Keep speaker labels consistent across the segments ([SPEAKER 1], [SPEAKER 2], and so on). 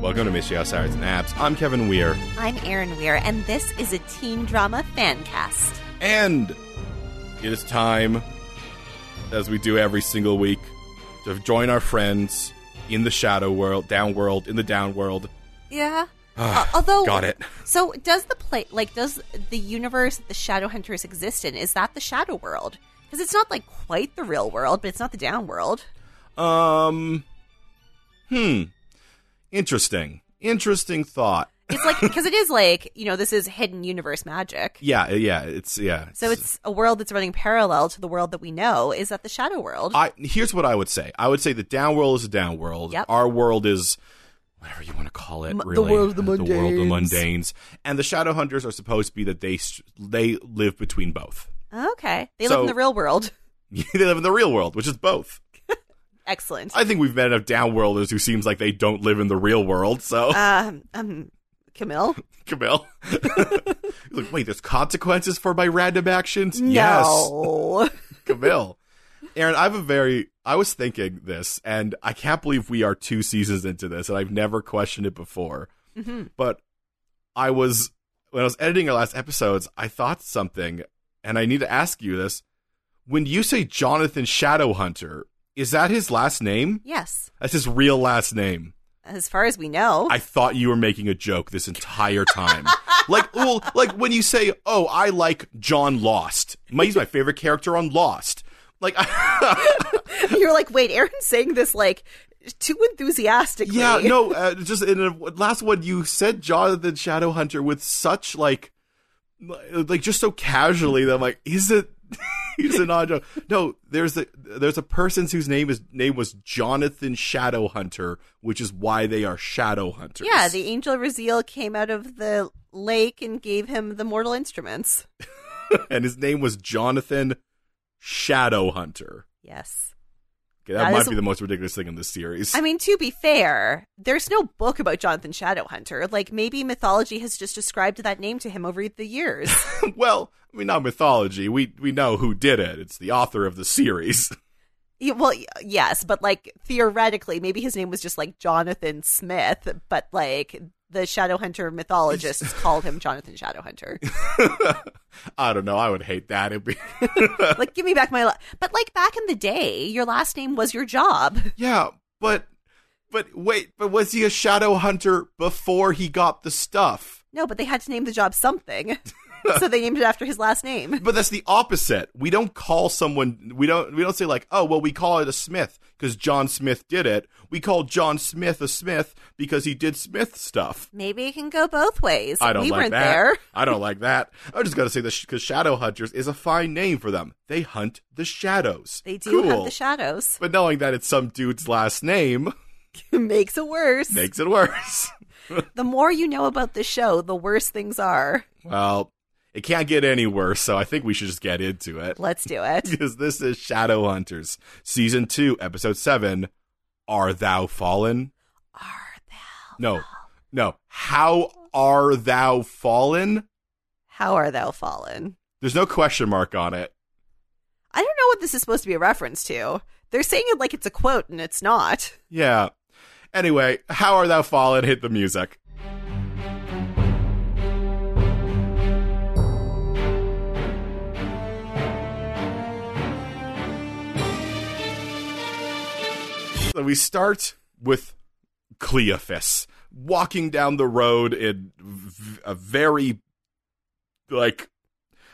[SPEAKER 1] Welcome to Mystery House Hours and Apps. I'm Kevin Weir,
[SPEAKER 2] I'm Erin Weir, and this is a teen drama fan cast.
[SPEAKER 1] and it is time, as we do every single week, to join our friends in the shadow world, down world, in the down world.
[SPEAKER 2] Yeah. Uh, although,
[SPEAKER 1] Ah, got it.
[SPEAKER 2] So, does the play like does the universe that the Shadowhunters exist in is that the Shadow World? Because it's not like quite the real world, but it's not the down world.
[SPEAKER 1] Um, hmm, interesting, interesting thought.
[SPEAKER 2] It's like because it is like you know this is hidden universe magic.
[SPEAKER 1] Yeah, yeah, it's yeah.
[SPEAKER 2] So it's a world that's running parallel to the world that we know. Is that the Shadow World?
[SPEAKER 1] I here's what I would say. I would say the down world is a down world.
[SPEAKER 2] Yep.
[SPEAKER 1] Our world is whatever you want to call it.
[SPEAKER 2] M- the
[SPEAKER 1] Really,
[SPEAKER 2] world of the
[SPEAKER 1] The world of the
[SPEAKER 2] mundanes.
[SPEAKER 1] mundanes. And the shadow hunters are supposed to be that they s- they live between both.
[SPEAKER 2] okay, they
[SPEAKER 1] Uh, So-
[SPEAKER 2] live in the real world.
[SPEAKER 1] they live in the real world, which is both.
[SPEAKER 2] Excellent.
[SPEAKER 1] I think we've met enough downworlders who seems like they don't live in the real world. So,
[SPEAKER 2] um, um, Camille.
[SPEAKER 1] Camille, You're like, wait, there's consequences for my random actions. Yes.
[SPEAKER 2] No.
[SPEAKER 1] Camille. Aaron, I have a very I was thinking this, and I can't believe we are two seasons into this, and I've never questioned it before. But I was when I was editing our last episodes, I thought something, and I need to ask you this. When you say Jonathan Shadowhunter, is that his last name?
[SPEAKER 2] yes.
[SPEAKER 1] That's his real last name.
[SPEAKER 2] As far as we know.
[SPEAKER 1] I thought you were making a joke this entire time. like, well, like when you say, "Oh, I like John Lost." My, he's my favorite character on Lost. Like,
[SPEAKER 2] You're like, wait, Aaron's saying this like too enthusiastically.
[SPEAKER 1] Yeah, no, uh, just in a last one, you said Jonathan Shadowhunter with such like, like just so casually that I'm like, is it? He's an odd joke. No, there's a there's a person whose name is name was Jonathan Shadowhunter, which is why they are shadow hunters.
[SPEAKER 2] Yeah, the angel Raziel came out of the lake and gave him the mortal instruments.
[SPEAKER 1] and his name was Jonathan Shadowhunter.
[SPEAKER 2] Yes.
[SPEAKER 1] Okay, that,
[SPEAKER 2] That
[SPEAKER 1] might
[SPEAKER 2] is-
[SPEAKER 1] be the most ridiculous thing in this series.
[SPEAKER 2] I mean, to be fair, there's no book about Jonathan Shadowhunter. Like, maybe mythology has just described that name to him over the years.
[SPEAKER 1] well, I mean, not mythology. We we know who did it. It's the author of the series.
[SPEAKER 2] Yeah, well, y- yes, but like theoretically, maybe his name was just like Jonathan Smith, but like the Shadowhunter mythologists called him Jonathan Shadowhunter.
[SPEAKER 1] I don't know. I would hate that. It'd be
[SPEAKER 2] like give me back my la- but like back in the day your last name was your job
[SPEAKER 1] yeah, but but wait, but was he a shadow hunter before he got the stuff?
[SPEAKER 2] no but they had to name the job something so they named it after his last name
[SPEAKER 1] But that's the opposite. We don't call someone. We don't. We don't say like, oh, well, we call it a Smith because John Smith did it. We call John Smith a Smith because he did Smith stuff.
[SPEAKER 2] maybe it can go both ways
[SPEAKER 1] I don't
[SPEAKER 2] we
[SPEAKER 1] like
[SPEAKER 2] weren't
[SPEAKER 1] that.
[SPEAKER 2] there
[SPEAKER 1] I don't like that. I'm just gonna say this because shadow hunters is a fine name for them. They hunt the shadows.
[SPEAKER 2] they do have
[SPEAKER 1] Cool.
[SPEAKER 2] the shadows
[SPEAKER 1] But knowing that it's some dude's last name
[SPEAKER 2] makes it worse
[SPEAKER 1] makes it worse.
[SPEAKER 2] the more you know about the show the worse things are
[SPEAKER 1] Well, it can't get any worse, so I think we should just get into it.
[SPEAKER 2] let's do it
[SPEAKER 1] Because this is Shadow Hunters, Season 2, Episode 7. Are thou fallen?
[SPEAKER 2] are thou
[SPEAKER 1] No, no. How are thou fallen?
[SPEAKER 2] how are thou fallen
[SPEAKER 1] There's no question mark on it.
[SPEAKER 2] i don't know what this is supposed to be a reference to they're saying it like it's a quote and it's not
[SPEAKER 1] Yeah. Anyway, How Are Thou Fallen? Hit the music. So we start with Cleophas walking down the road in v- a very, like,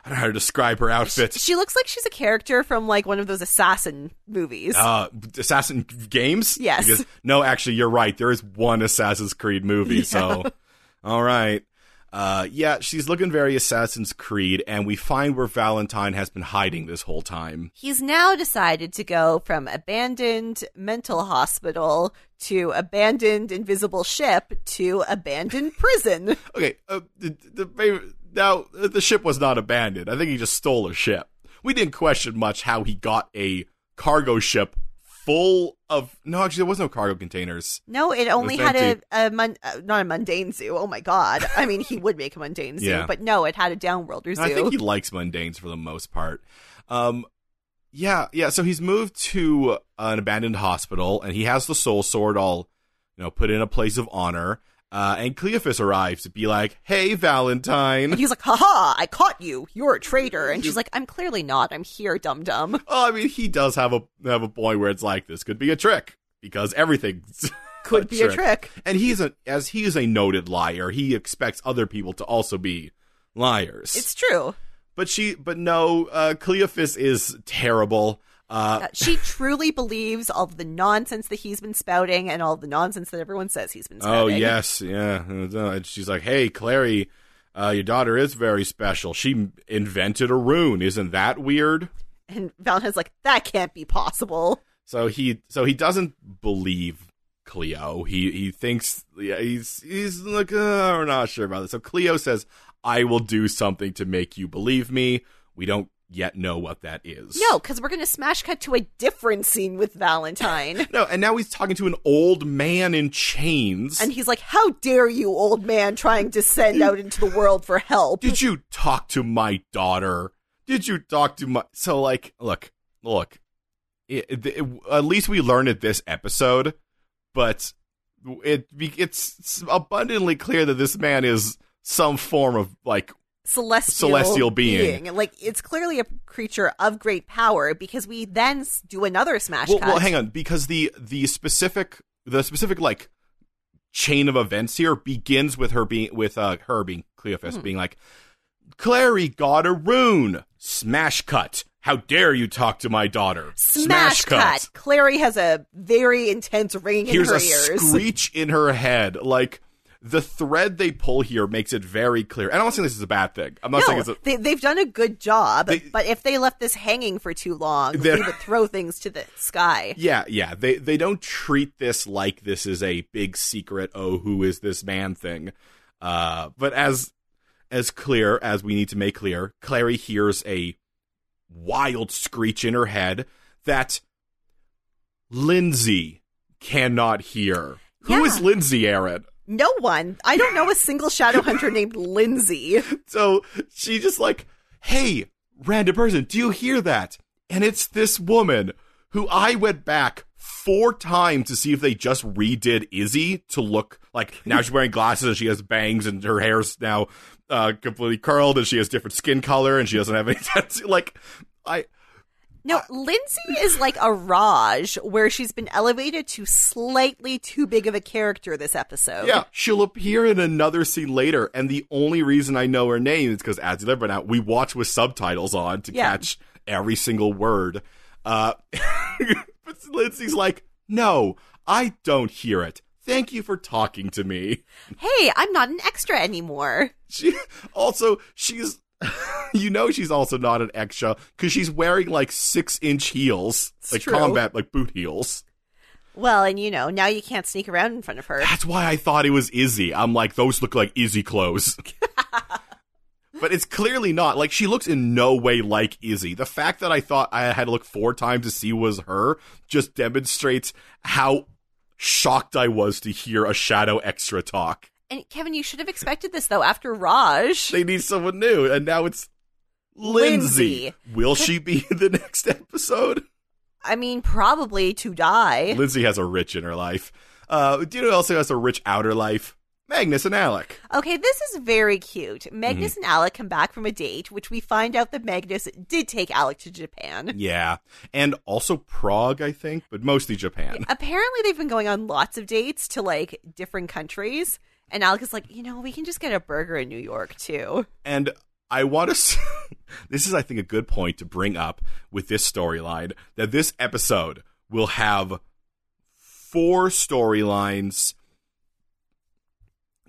[SPEAKER 1] I don't know how to describe her outfit.
[SPEAKER 2] she looks like she's a character from like one of those assassin movies
[SPEAKER 1] Uh, Assassin games?
[SPEAKER 2] Yes.
[SPEAKER 1] Because- no, actually, you're right. There is one Assassin's Creed movie. So, all right. Uh, yeah, she's looking very Assassin's Creed, and we find where Valentine has been hiding this whole time.
[SPEAKER 2] He's now decided to go from abandoned mental hospital to abandoned invisible ship to abandoned prison.
[SPEAKER 1] Okay, uh, the, the, now uh, the ship was not abandoned. I think he just stole a ship. We didn't question much how he got a cargo ship full of. No, actually, there was no cargo containers.
[SPEAKER 2] No, it only
[SPEAKER 1] was
[SPEAKER 2] had a, a mun- uh, not a mundane zoo. Oh my god! I mean, he would make a mundane zoo,
[SPEAKER 1] Yeah.
[SPEAKER 2] but no, it had a downworlder zoo.
[SPEAKER 1] I think he likes mundanes for the most part. Um, yeah, yeah. So he's moved to an abandoned hospital, and he has the soul sword all you know, put in a place of honor. Uh, and Cleophas arrives to be like, "Hey, Valentine."
[SPEAKER 2] And he's like, haha, I caught you. You're a traitor. And she's like, I'm clearly not. I'm here, dum dum.
[SPEAKER 1] Oh, I mean, he does have a have a point where it's like this could be a trick because everything
[SPEAKER 2] Could be a trick.
[SPEAKER 1] And he's a as he is a noted liar, he expects other people to also be liars.
[SPEAKER 2] It's true.
[SPEAKER 1] but she, but no, uh, Cleophas is terrible. Uh,
[SPEAKER 2] Uh, she truly believes all of the nonsense that he's been spouting and all the nonsense that everyone says he's been
[SPEAKER 1] oh
[SPEAKER 2] spouting.
[SPEAKER 1] yes, yeah. And she's like, "Hey, Clary, uh, your daughter is very special. She invented a rune. Isn't that weird?"
[SPEAKER 2] And Valentine's like, that can't be possible.
[SPEAKER 1] So he so he doesn't believe Cleo. He he thinks yeah, he's he's like uh, we're not sure about this. So Cleo says, "I will do something to make you believe me." We don't yet know what that is.
[SPEAKER 2] No, because we're going to smash cut to a different scene with Valentine.
[SPEAKER 1] No, and now he's talking to an old man in chains.
[SPEAKER 2] And he's like, How dare you, old man, trying to send out into the world for help?
[SPEAKER 1] Did you talk to my daughter? Did you talk to my So like, look, look. It, it- it- at least we learned it this episode, but it be- it's abundantly clear that this man is some form of like
[SPEAKER 2] Celestial,
[SPEAKER 1] Celestial being.
[SPEAKER 2] Like, it's clearly a creature of great power because we then s- do another smash
[SPEAKER 1] well,
[SPEAKER 2] cut.
[SPEAKER 1] well, hang on because the the specific the specific like chain of events here begins with her being with uh her being Cleophas
[SPEAKER 2] Hmm.
[SPEAKER 1] being like Clary got a rune smash cut how dare you talk to my daughter
[SPEAKER 2] Smash, cut. Clary has a very intense ringing
[SPEAKER 1] here's
[SPEAKER 2] in her
[SPEAKER 1] a
[SPEAKER 2] ears.
[SPEAKER 1] screech in her head like the thread they pull here makes it very clear and I'm not saying this is a bad thing I'm not saying
[SPEAKER 2] No,
[SPEAKER 1] it's a
[SPEAKER 2] they, they've done a good job,
[SPEAKER 1] They-
[SPEAKER 2] but if they left this hanging for too long,
[SPEAKER 1] They're-
[SPEAKER 2] we would throw things to the sky.
[SPEAKER 1] Yeah, yeah. They they don't treat this like this is a big secret. Oh, who is this man? Thing. Uh, but as as clear as we need to make clear, Clary hears a wild screech in her head that Lindsay cannot hear. Who is
[SPEAKER 2] Yeah.
[SPEAKER 1] Lindsay, Aaron?
[SPEAKER 2] No one, I don't know a single shadow hunter named Lindsay.
[SPEAKER 1] So she just like, hey, random person, do you hear that? And it's this woman who I went back four times to see if they just redid Izzy to look like now she's wearing glasses and she has bangs and her hair's now uh, completely curled and she has different skin color and she doesn't have any tattoo. Like, I
[SPEAKER 2] No, Lindsay is like a Raj where she's been elevated to slightly too big of a character this episode.
[SPEAKER 1] yeah, she'll appear in another scene later, and the only reason I know her name is because as you never now we watch with subtitles on to
[SPEAKER 2] Yeah.
[SPEAKER 1] catch every single word. Uh, but Lindsay's like, no, I don't hear it. Thank you for talking to me.
[SPEAKER 2] Hey, I'm not an extra anymore.
[SPEAKER 1] She also she's you know she's also not an extra because she's wearing like six inch heels,
[SPEAKER 2] It's
[SPEAKER 1] like
[SPEAKER 2] true.
[SPEAKER 1] combat like boot heels.
[SPEAKER 2] Well, and you know, now you can't sneak around in front of her.
[SPEAKER 1] That's why I thought it was Izzy. I'm like, those look like Izzy clothes. but it's clearly not. Like, she looks in no way like Izzy. The fact that I thought I had to look four times to see was her just demonstrates how shocked I was to hear a shadow extra talk.
[SPEAKER 2] And Kevin, you should have expected this though after Raj.
[SPEAKER 1] They need someone new, and now it's Lindsay. Will she be in the next episode?
[SPEAKER 2] I mean, probably to die.
[SPEAKER 1] Lindsay has a rich inner life. Uh, do you know who also has a rich outer life? Magnus and Alec.
[SPEAKER 2] Okay, this is very cute. Magnus and Alec come back from a date, which we find out that Magnus did take Alec to Japan.
[SPEAKER 1] Yeah. And also Prague, I think, but mostly Japan.
[SPEAKER 2] Apparently, they've been going on lots of dates to like different countries. And Alec is like, you know, we can just get a burger in New York too.
[SPEAKER 1] And I want to. S- this is, I think, a good point to bring up with this storyline that this episode will have four storylines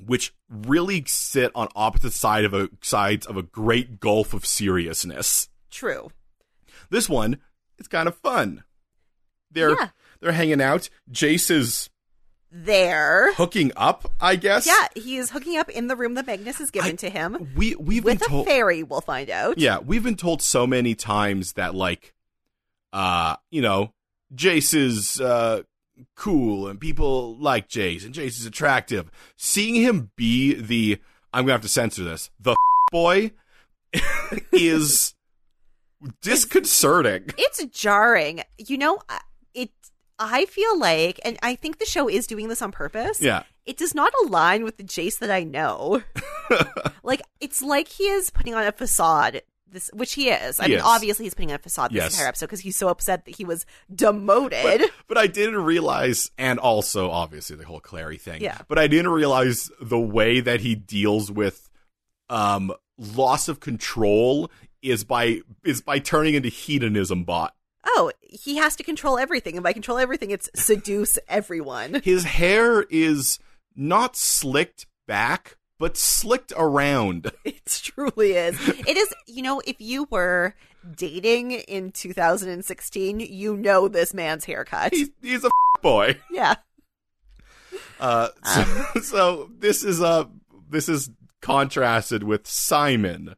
[SPEAKER 1] which really sit on opposite side of a sides of a great gulf of seriousness.
[SPEAKER 2] True.
[SPEAKER 1] This one, it's kind of fun. They're
[SPEAKER 2] Yeah.
[SPEAKER 1] they're hanging out. Jace is
[SPEAKER 2] There.
[SPEAKER 1] hooking up, I guess.
[SPEAKER 2] Yeah, he is hooking up in the room that Magnus has given
[SPEAKER 1] I-
[SPEAKER 2] to him
[SPEAKER 1] We we've
[SPEAKER 2] with
[SPEAKER 1] been
[SPEAKER 2] a
[SPEAKER 1] told
[SPEAKER 2] fairy. We'll find out.
[SPEAKER 1] Yeah, we've been told so many times that like uh, you know, Jace is uh cool and people like Jace and Jace is attractive. Seeing him be the I'm going to have to censor this. The boy is disconcerting.
[SPEAKER 2] It's jarring. You know, I- it. I feel like, and I think the show is doing this on purpose.
[SPEAKER 1] Yeah.
[SPEAKER 2] It does not align with the Jace that I know. like it's like he is putting on a facade. This, which he is. I
[SPEAKER 1] He
[SPEAKER 2] mean,
[SPEAKER 1] is.
[SPEAKER 2] obviously he's putting on a facade this
[SPEAKER 1] Yes.
[SPEAKER 2] entire episode because he's so upset that he was demoted.
[SPEAKER 1] But I didn't realize, and also obviously the whole Clary thing.
[SPEAKER 2] Yeah.
[SPEAKER 1] But I didn't realize the way that he deals with um, loss of control is by is by turning into hedonism bot.
[SPEAKER 2] oh, he has to control everything, and by control everything, it's seduce everyone.
[SPEAKER 1] His hair is not slicked back, but slicked around.
[SPEAKER 2] It truly is. It is. You know, if you were dating in 2016, you know this man's haircut.
[SPEAKER 1] He's, he's a f- boy.
[SPEAKER 2] Yeah.
[SPEAKER 1] Uh, so, so this is uh, this is contrasted with Simon.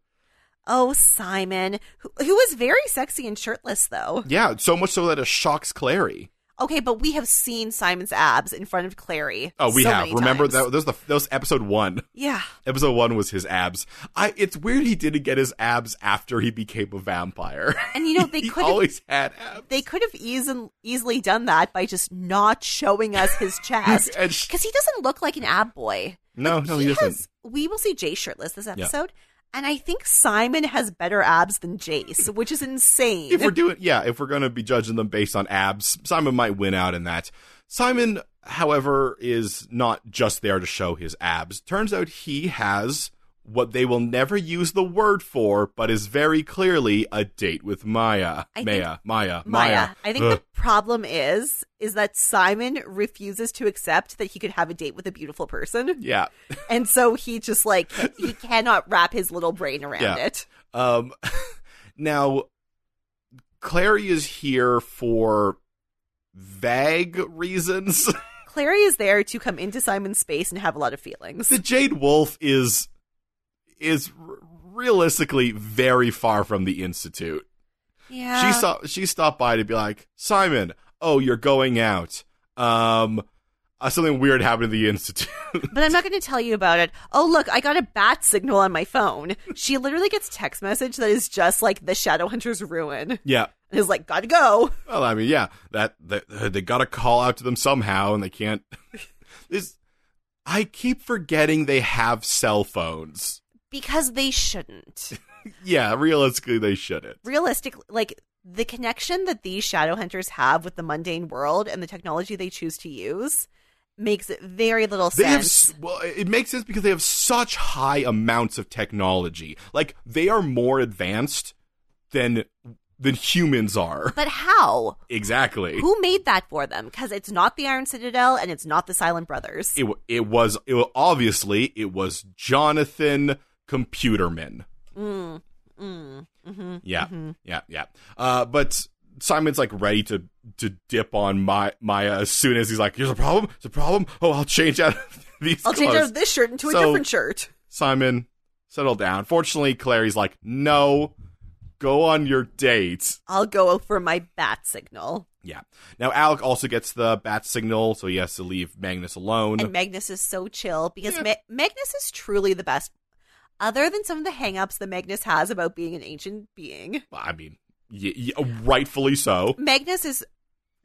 [SPEAKER 2] Oh, Simon, who, who was very sexy and shirtless, though.
[SPEAKER 1] Yeah, so much so that it shocks Clary.
[SPEAKER 2] Okay, but we have seen Simon's abs in front of Clary.
[SPEAKER 1] Oh, we
[SPEAKER 2] so
[SPEAKER 1] have.
[SPEAKER 2] many
[SPEAKER 1] Remember
[SPEAKER 2] times.
[SPEAKER 1] that that was the that was episode one.
[SPEAKER 2] Yeah.
[SPEAKER 1] Episode one was his abs. I. It's weird he didn't get his abs after he became a vampire.
[SPEAKER 2] And, you know, they
[SPEAKER 1] he
[SPEAKER 2] could've-
[SPEAKER 1] always had abs.
[SPEAKER 2] They could have easily easily done that by just not showing us his chest
[SPEAKER 1] And sh-
[SPEAKER 2] because he doesn't look like an ab boy.
[SPEAKER 1] no, no, he, doesn't.
[SPEAKER 2] has- we will see Jace shirtless this episode, and I think Simon has better abs than Jace, which is insane.
[SPEAKER 1] If we're doing, yeah, if we're gonna be judging them based on abs, Simon might win out in that. Simon, however, is not just there to show his abs. Turns out he has what they will never use the word for, but is very clearly a date with Maya.
[SPEAKER 2] I think-
[SPEAKER 1] Maya, Maya, Maya,
[SPEAKER 2] Maya, I think
[SPEAKER 1] Ugh.
[SPEAKER 2] the problem is is that Simon refuses to accept that he could have a date with a beautiful person,
[SPEAKER 1] yeah.
[SPEAKER 2] and so he just like he cannot wrap his little brain around
[SPEAKER 1] Yeah.
[SPEAKER 2] it.
[SPEAKER 1] Um, now, Clary is here for vague reasons.
[SPEAKER 2] Clary is there to come into Simon's space and have a lot of feelings.
[SPEAKER 1] the Jade Wolf is is r- realistically very far from the Institute.
[SPEAKER 2] Yeah,
[SPEAKER 1] she saw she stopped by to be like, Simon, oh, you're going out. Um, uh, something weird happened at the Institute.
[SPEAKER 2] But I'm not going to tell you about it. Oh, look, I got a bat signal on my phone. She literally gets text message that is just like the Shadowhunter's ruin.
[SPEAKER 1] yeah.
[SPEAKER 2] And is like, gotta go.
[SPEAKER 1] Well, I mean, yeah, that, that uh, they got to call out to them somehow, and they can't. this, I keep forgetting they have cell phones.
[SPEAKER 2] Because they shouldn't.
[SPEAKER 1] Yeah, realistically, they shouldn't.
[SPEAKER 2] Realistically, like the connection that these Shadowhunters have with the mundane world and the technology they choose to use makes very little
[SPEAKER 1] They have
[SPEAKER 2] sense.
[SPEAKER 1] s- well, it makes sense because they have such high amounts of technology. Like they are more advanced than than humans are.
[SPEAKER 2] but how?
[SPEAKER 1] Exactly.
[SPEAKER 2] Who made that for them? Because it's not the Iron Citadel and it's not the Silent Brothers.
[SPEAKER 1] It w- it was it wa- obviously it was Jonathan Computerman.
[SPEAKER 2] Mm, mm, hmm
[SPEAKER 1] Yeah, yeah, yeah. Uh, but Simon's like ready to to dip on my Maya as soon as he's like, "Here's a problem. It's a problem. Oh, I'll change out of these
[SPEAKER 2] I'll change
[SPEAKER 1] clothes."
[SPEAKER 2] out of this shirt into a
[SPEAKER 1] So-
[SPEAKER 2] different shirt.
[SPEAKER 1] Simon, settle down. Fortunately, Clary's like, "No, go on your date."
[SPEAKER 2] I'll go for my bat signal.
[SPEAKER 1] Yeah. Now Alec also gets the bat signal, so he has to leave Magnus alone.
[SPEAKER 2] And Magnus is so chill because
[SPEAKER 1] Yeah.
[SPEAKER 2] Ma- Magnus is truly the best. Other than some of the hangups that Magnus has about being an ancient being,
[SPEAKER 1] I mean, y- y- rightfully so.
[SPEAKER 2] Magnus is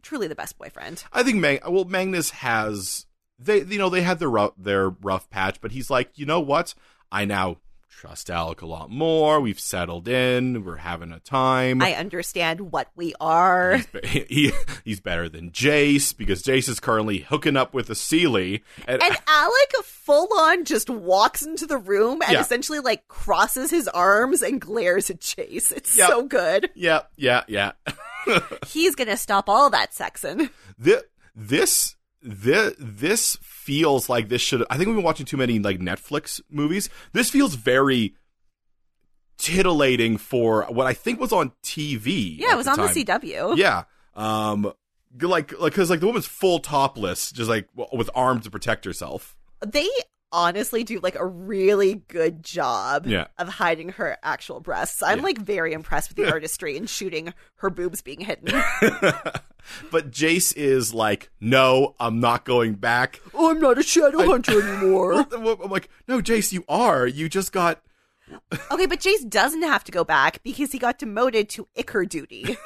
[SPEAKER 2] truly the best boyfriend.
[SPEAKER 1] I think Mag- well Magnus has they you know they had their rough, their rough patch, but he's like, you know what? I now trust Alec a lot more. We've settled in. We're having a time.
[SPEAKER 2] I understand what we are.
[SPEAKER 1] He's be- he, he's better than Jace because Jace is currently hooking up with a Sealy. And,
[SPEAKER 2] And Alec full on just walks into the room and
[SPEAKER 1] Yeah.
[SPEAKER 2] essentially like crosses his arms and glares at Chase. It's
[SPEAKER 1] Yep.
[SPEAKER 2] so good.
[SPEAKER 1] yeah, yeah, yeah.
[SPEAKER 2] He's gonna stop all that sexing.
[SPEAKER 1] this this this, this feels like this should I think we've been watching too many like Netflix movies. This feels very titillating for what I think was on TV.
[SPEAKER 2] Yeah,
[SPEAKER 1] at
[SPEAKER 2] it was on
[SPEAKER 1] time.
[SPEAKER 2] the CW.
[SPEAKER 1] Yeah. Um like like cuz like the woman's full topless just like w- with arms to protect herself.
[SPEAKER 2] they honestly do like a really good job
[SPEAKER 1] Yeah.
[SPEAKER 2] of hiding her actual breasts. I'm
[SPEAKER 1] Yeah.
[SPEAKER 2] like very impressed with the artistry in shooting her boobs being hidden.
[SPEAKER 1] But Jace is like, "No, I'm not going back."
[SPEAKER 2] oh, I'm not a shadow hunter anymore.
[SPEAKER 1] I'm like, "No, Jace, you are. You just got
[SPEAKER 2] Okay, but Jace doesn't have to go back because he got demoted to Icker duty.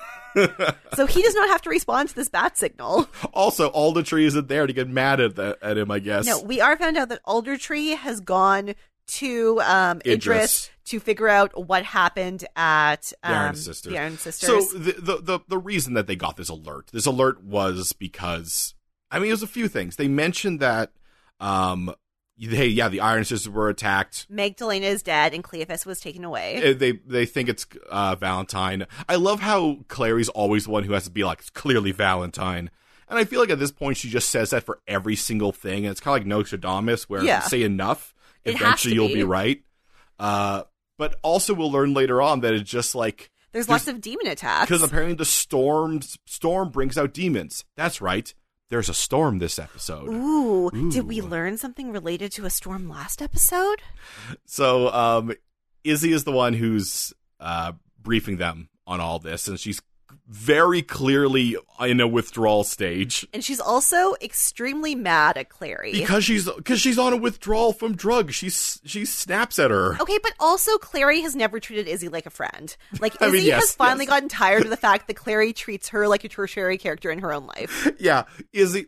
[SPEAKER 2] so he does not have to respond to this bat signal.
[SPEAKER 1] Also, Alder Tree isn't there to get mad at the, at him. I guess.
[SPEAKER 2] No, we are found out that Alder Tree has gone to um, Idris.
[SPEAKER 1] Idris.
[SPEAKER 2] to figure out what happened at um,
[SPEAKER 1] Darren's sisters.
[SPEAKER 2] the Iron Sisters.
[SPEAKER 1] So the, the the the reason that they got this alert, this alert was because I mean it was a few things. They mentioned that um hey yeah the Iron Sisters were attacked.
[SPEAKER 2] Magdalena is dead and Cleophas was taken away.
[SPEAKER 1] Eh, They they think it's uh, Valentine. I love how Clary's always the one who has to be like it's clearly Valentine. And I feel like at this point she just says that for every single thing, and it's kind of like Nostradamus, where
[SPEAKER 2] Yeah.
[SPEAKER 1] if you say enough,
[SPEAKER 2] It has
[SPEAKER 1] eventually
[SPEAKER 2] to
[SPEAKER 1] you'll
[SPEAKER 2] be.
[SPEAKER 1] be right. Uh, but also we'll learn later on that it's just like
[SPEAKER 2] there's, lots of demon attacks.
[SPEAKER 1] because apparently the storm storm brings out demons. That's right. There's a storm this episode.
[SPEAKER 2] Ooh, did we
[SPEAKER 1] Ooh.
[SPEAKER 2] learn something related to a storm last episode?
[SPEAKER 1] So um, Izzy is the one who's uh, briefing them on all this, and she's very clearly in a withdrawal stage
[SPEAKER 2] And she's also extremely mad at Clary.
[SPEAKER 1] because she's because she's on a withdrawal from drugs. She's she snaps at her.
[SPEAKER 2] Okay, but also Clary has never treated Izzy like a friend. Like Izzy
[SPEAKER 1] I mean, yes,
[SPEAKER 2] has finally
[SPEAKER 1] yes.
[SPEAKER 2] gotten tired of the fact that Clary treats her like a tertiary character in her own life.
[SPEAKER 1] yeah, Izzy.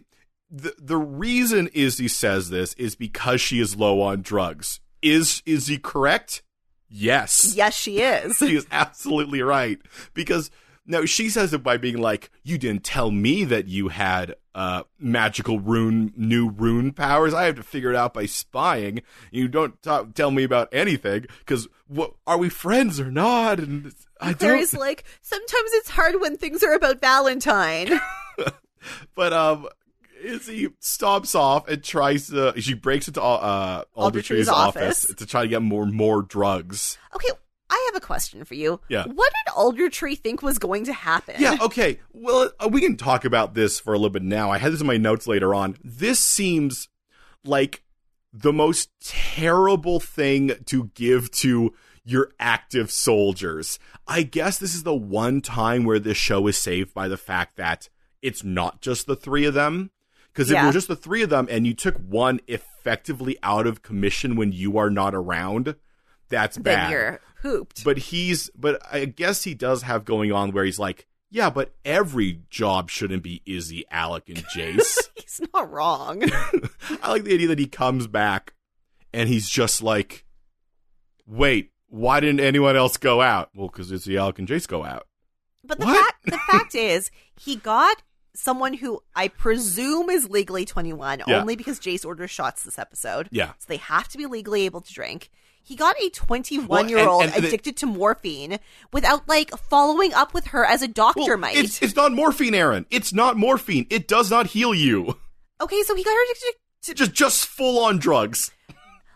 [SPEAKER 1] The the reason Izzy says this is because she is low on drugs. Is Izzy correct? Yes.
[SPEAKER 2] Yes, she is.
[SPEAKER 1] she is absolutely right because no, she says it by being like, "You didn't tell me that you had uh, magical rune, new rune powers. I have to figure it out by spying. You don't ta tell me about anything because what are we friends or not?" And it's- I don't.
[SPEAKER 2] Clary's like, sometimes it's hard when things are about Valentine.
[SPEAKER 1] But um, Izzy stomps off and tries to. She breaks into uh, Aldrich's
[SPEAKER 2] Aldrich's
[SPEAKER 1] office,
[SPEAKER 2] office.
[SPEAKER 1] to try to get more more drugs.
[SPEAKER 2] Okay, I have a question for you.
[SPEAKER 1] Yeah.
[SPEAKER 2] What did Alder Tree think was going to happen?
[SPEAKER 1] Yeah, okay. Well, uh, we can talk about this for a little bit now. I had this in my notes later on. This seems like the most terrible thing to give to your active soldiers. I guess this is the one time where this show is saved by the fact that it's not just the three of them. Because if it
[SPEAKER 2] Yeah.
[SPEAKER 1] were just the three of them and you took one effectively out of commission when you are not around, that's
[SPEAKER 2] Then
[SPEAKER 1] bad
[SPEAKER 2] you're hooped.
[SPEAKER 1] but he's but i guess he does have going on where he's like yeah but every job shouldn't be izzy alec and jace
[SPEAKER 2] He's not wrong.
[SPEAKER 1] i like the idea that he comes back and he's just like wait why didn't anyone else go out well because izzy alec and jace go out
[SPEAKER 2] But the
[SPEAKER 1] What?
[SPEAKER 2] fact the fact is, he got someone who I presume is legally 21
[SPEAKER 1] Yeah.
[SPEAKER 2] only because Jace orders shots this episode.
[SPEAKER 1] Yeah.
[SPEAKER 2] So they have to be legally able to drink. He got a 21
[SPEAKER 1] Well, and-
[SPEAKER 2] year old
[SPEAKER 1] and the-
[SPEAKER 2] addicted to morphine without like following up with her as a doctor
[SPEAKER 1] well,
[SPEAKER 2] might.
[SPEAKER 1] it's, it's not morphine aaron it's not morphine it does not heal you
[SPEAKER 2] okay, so he got her addicted to
[SPEAKER 1] just just full on drugs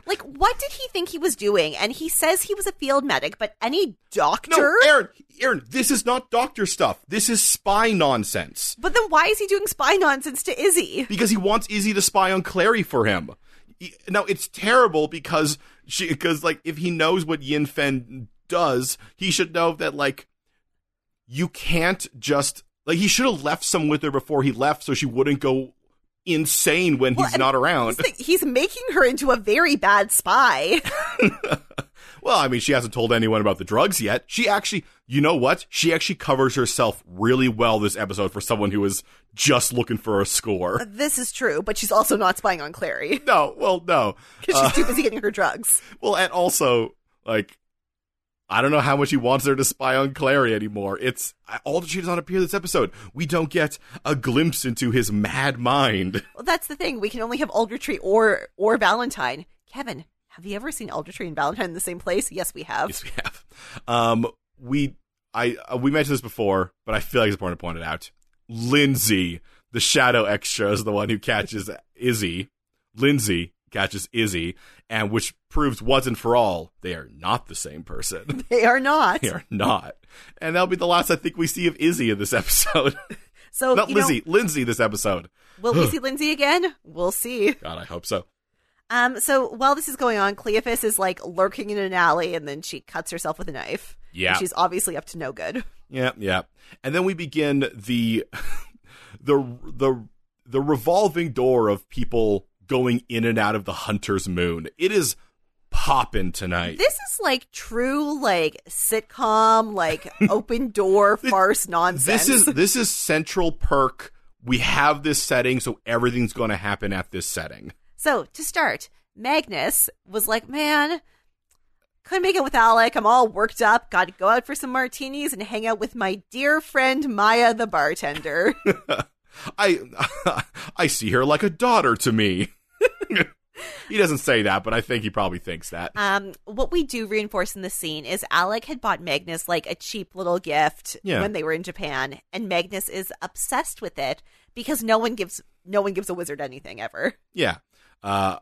[SPEAKER 2] like what did he think he was doing? And he says he was a field medic, but any doctor?
[SPEAKER 1] no aaron aaron this is not doctor stuff this is spy nonsense
[SPEAKER 2] but then why is he doing spy nonsense to Izzy?
[SPEAKER 1] because he wants Izzy to spy on Clary for him. He- Now it's terrible because she because like if he knows what Yin Fen does, he should know that like you can't just like he should have left some with her before he left so she wouldn't go insane when
[SPEAKER 2] Well,
[SPEAKER 1] he's
[SPEAKER 2] and
[SPEAKER 1] not around.
[SPEAKER 2] He's, like- he's making her into a very bad spy.
[SPEAKER 1] Well, I mean, she hasn't told anyone about the drugs yet. She actually, you know what? She actually covers herself really well this episode for someone who is just looking for a score.
[SPEAKER 2] This is true, but she's also not spying on Clary
[SPEAKER 1] No, well, no.
[SPEAKER 2] because she's too busy getting her drugs.
[SPEAKER 1] Well, and also, like, I don't know how much he wants her to spy on Clary anymore. It's I- all that she does not appear this episode. We don't get a glimpse into his mad mind.
[SPEAKER 2] Well, that's the thing. We can only have Aldertree or or Valentine. Kevin, have you ever seen Aldertree and Valentine in the same place? Yes, we have.
[SPEAKER 1] Yes, we have. Um, we I uh, we mentioned this before, but I feel like it's important to point it out. Lindsay, the shadow extra, is the one who catches Izzy. Lindsay catches Izzy, and which proves once and for all they are not the same person.
[SPEAKER 2] They are not.
[SPEAKER 1] They are not, and that'll be the last I think we see of Izzy in this episode.
[SPEAKER 2] So
[SPEAKER 1] Not
[SPEAKER 2] you know,
[SPEAKER 1] Lizzie, Lindsay this episode.
[SPEAKER 2] will we see Lindsay again? We'll see.
[SPEAKER 1] God, I hope so.
[SPEAKER 2] Um. So while this is going on, Cleophas is like lurking in an alley, and then she cuts herself with a knife.
[SPEAKER 1] Yeah.
[SPEAKER 2] And she's obviously up to no good.
[SPEAKER 1] Yeah, yeah. And then we begin the the the the revolving door of people going in and out of the hunter's moon. It is popping tonight.
[SPEAKER 2] This is like true, like sitcom, like open door farce nonsense.
[SPEAKER 1] This is this is central perk. We have this setting, so everything's going to happen at this setting.
[SPEAKER 2] so to start, Magnus was like, "Man, couldn't make it with Alec. I'm all worked up. Got to go out for some martinis and hang out with my dear friend Maya, the bartender."
[SPEAKER 1] I I see her like a daughter to me. he doesn't say that, but I think he probably thinks that.
[SPEAKER 2] Um, what we do reinforce in the scene is Alec had bought Magnus like a cheap little gift
[SPEAKER 1] Yeah.
[SPEAKER 2] when they were in Japan, and Magnus is obsessed with it because no one gives no one gives a wizard anything ever.
[SPEAKER 1] Yeah. Uh,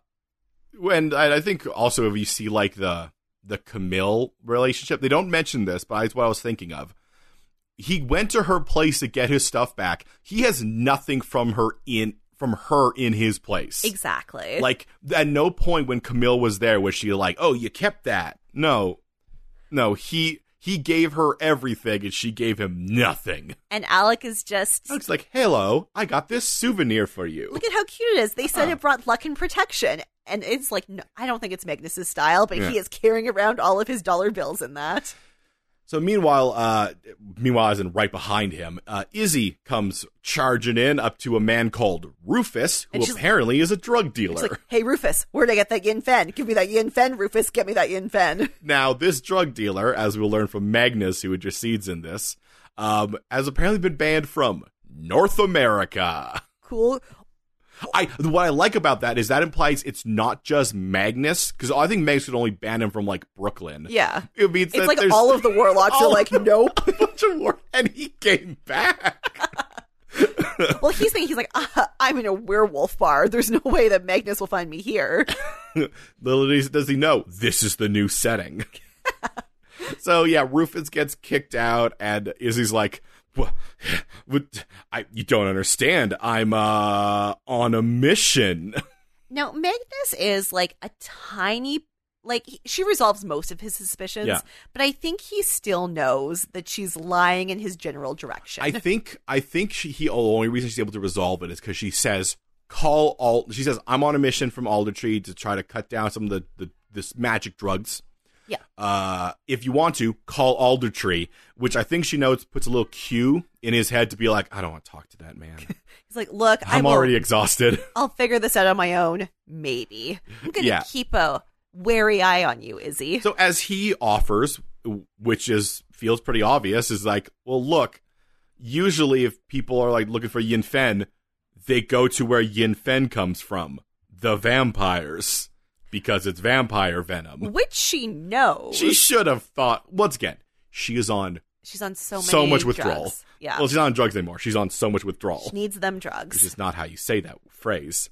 [SPEAKER 1] and I, I think also if you see like the the Camille relationship, they don't mention this, but it's what I was thinking of. He went to her place to get his stuff back. He has nothing from her in from her in his place.
[SPEAKER 2] Exactly.
[SPEAKER 1] Like at no point when Camille was there was she like, "Oh, you kept that." No, no. He he gave her everything, and she gave him nothing.
[SPEAKER 2] and Alec is just
[SPEAKER 1] It's like, "Hello, I got this souvenir for you."
[SPEAKER 2] look at how cute it is. They said
[SPEAKER 1] Uh-uh.
[SPEAKER 2] it brought luck and protection, and it's like no, I don't think it's Magnus's style, but
[SPEAKER 1] Yeah.
[SPEAKER 2] he is carrying around all of his dollar bills in that.
[SPEAKER 1] So meanwhile, uh, meanwhile, as in right behind him, uh, Izzy comes charging in up to a man called Rufus, who
[SPEAKER 2] And she's-
[SPEAKER 1] apparently is a drug dealer.
[SPEAKER 2] It's like, hey Rufus, where'd I get that yin fen? Give me that yin fen, Rufus. Get me that yin fen.
[SPEAKER 1] Now, this drug dealer, as we'll learn from Magnus, who intercedes in this, um, has apparently been banned from North America.
[SPEAKER 2] Cool.
[SPEAKER 1] I what I like about that is that implies it's not just Magnus, because I think Magnus could only ban him from like Brooklyn.
[SPEAKER 2] Yeah.
[SPEAKER 1] It means
[SPEAKER 2] It's
[SPEAKER 1] that
[SPEAKER 2] like
[SPEAKER 1] there's
[SPEAKER 2] all of the warlocks are
[SPEAKER 1] all
[SPEAKER 2] like,
[SPEAKER 1] of-
[SPEAKER 2] nope.
[SPEAKER 1] a bunch of war, and he came back.
[SPEAKER 2] Well, he's thinking he's like, uh, I'm in a werewolf bar. There's no way that Magnus will find me here.
[SPEAKER 1] Little does- does he know, this is the new setting. so yeah, Rufus gets kicked out, and Izzy's like, "Wha- what? I, you don't understand. I'm uh on a mission.
[SPEAKER 2] Now, Magnus is like a tiny, like he, she resolves most of his suspicions,
[SPEAKER 1] Yeah.
[SPEAKER 2] but I think he still knows that she's lying in his general direction.
[SPEAKER 1] I think I think she, he. Oh, the only reason she's able to resolve it is because she says, "Call all." She says, "I'm on a mission from Aldertree to try to cut down some of the the this magic drugs."
[SPEAKER 2] Yeah.
[SPEAKER 1] Uh, if you want to call Aldertree, which I think she knows puts a little cue in his head to be like, I don't want to talk to that man.
[SPEAKER 2] he's like, look, I
[SPEAKER 1] I'm
[SPEAKER 2] will-
[SPEAKER 1] already exhausted.
[SPEAKER 2] I'll figure this out on my own. Maybe I'm gonna
[SPEAKER 1] Yeah.
[SPEAKER 2] keep a wary eye on you, Izzy.
[SPEAKER 1] So as he offers, which is feels pretty obvious, is like, well, look. Usually, if people are like looking for Yin Fen, they go to where Yin Fen comes from, the vampires, because it's vampire venom.
[SPEAKER 2] Which she knows.
[SPEAKER 1] She should have thought. Once again, she is on
[SPEAKER 2] she's on so many
[SPEAKER 1] so much
[SPEAKER 2] drugs.
[SPEAKER 1] withdrawal.
[SPEAKER 2] Yeah,
[SPEAKER 1] Well, she's not on drugs anymore. She's on so much withdrawal,
[SPEAKER 2] she needs them
[SPEAKER 1] which
[SPEAKER 2] drugs.
[SPEAKER 1] is not how you say that phrase.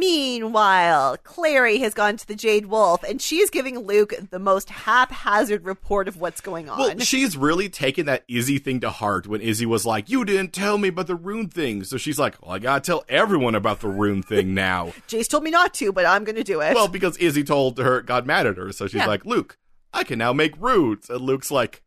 [SPEAKER 2] Meanwhile, Clary has gone to the Jade Wolf and she is giving Luke the most haphazard report of what's going on.
[SPEAKER 1] Well, she's really taken that Izzy thing to heart when Izzy was like, You didn't tell me about the rune thing. So she's like, Well, I gotta tell everyone about the rune thing now.
[SPEAKER 2] Jace told me not to, but I'm going to do it.
[SPEAKER 1] well, because Izzy told her, got mad at her. So she's
[SPEAKER 2] Yeah.
[SPEAKER 1] like, Luke, I can now make runes. And Luke's like,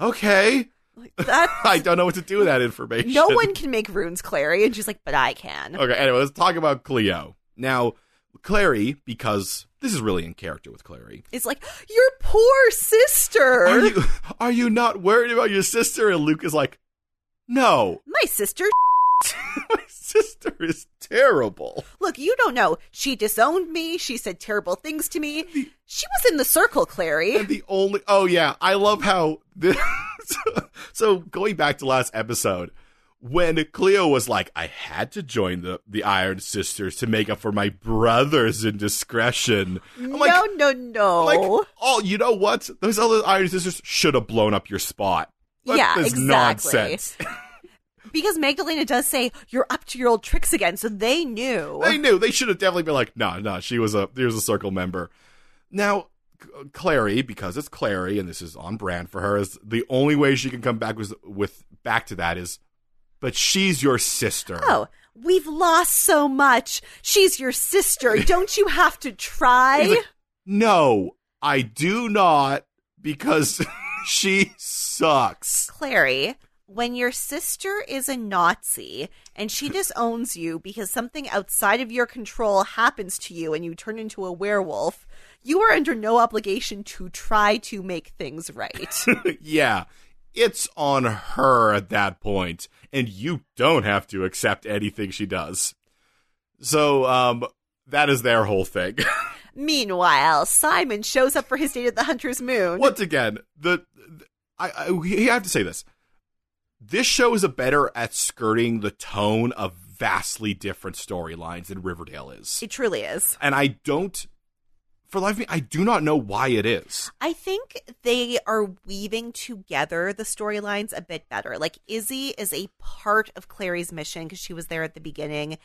[SPEAKER 1] Okay.
[SPEAKER 2] That-
[SPEAKER 1] I don't know what to do with that information.
[SPEAKER 2] no one can make runes, Clary. And she's like, but I can.
[SPEAKER 1] Okay, anyway, let's talk about Cleo. Now, Clary, because this is really in character with Clary.
[SPEAKER 2] It's like, your poor sister.
[SPEAKER 1] Are you, are you not worried about your sister? And Luke is like, No.
[SPEAKER 2] My sister.
[SPEAKER 1] my sister is terrible.
[SPEAKER 2] Look, you don't know. She disowned me. She said terrible things to me. She was in the circle, Clary.
[SPEAKER 1] And the only oh yeah, I love how this. so going back to last episode, when Cleo was like, "I had to join the the Iron Sisters to make up for my brother's indiscretion," I'm like,
[SPEAKER 2] no, no, no.
[SPEAKER 1] I'm like, oh, you know what? Those other Iron Sisters should have blown up your spot. That
[SPEAKER 2] Yeah,
[SPEAKER 1] is
[SPEAKER 2] exactly.
[SPEAKER 1] nonsense.
[SPEAKER 2] because Magdalena does say, you're up to your old tricks again. So they knew.
[SPEAKER 1] They knew. They should have definitely been like, no, no, she was a she was a circle member. Now, C- Clary, because it's Clary, and this is on brand for her, is the only way she can come back with with back to that is, but she's your sister.
[SPEAKER 2] Oh, we've lost so much. She's your sister. Don't you have to try?
[SPEAKER 1] He's like, no, I do not, because she sucks.
[SPEAKER 2] Clary, when your sister is a Nazi and she disowns you because something outside of your control happens to you and you turn into a werewolf, you are under no obligation to try to make things right.
[SPEAKER 1] yeah, it's on her at that point, and you don't have to accept anything she does. So, um, that is their whole thing.
[SPEAKER 2] Meanwhile, Simon shows up for his date at the Hunter's Moon.
[SPEAKER 1] Once again, the, the- I, I we have to say this. This show is a better at skirting the tone of vastly different storylines than Riverdale is,
[SPEAKER 2] It truly is.
[SPEAKER 1] and I don't, for the life of me, I do not know why it is.
[SPEAKER 2] I think they are weaving together the storylines a bit better. Like Izzy is a part of Clary's mission because she was there at the beginning.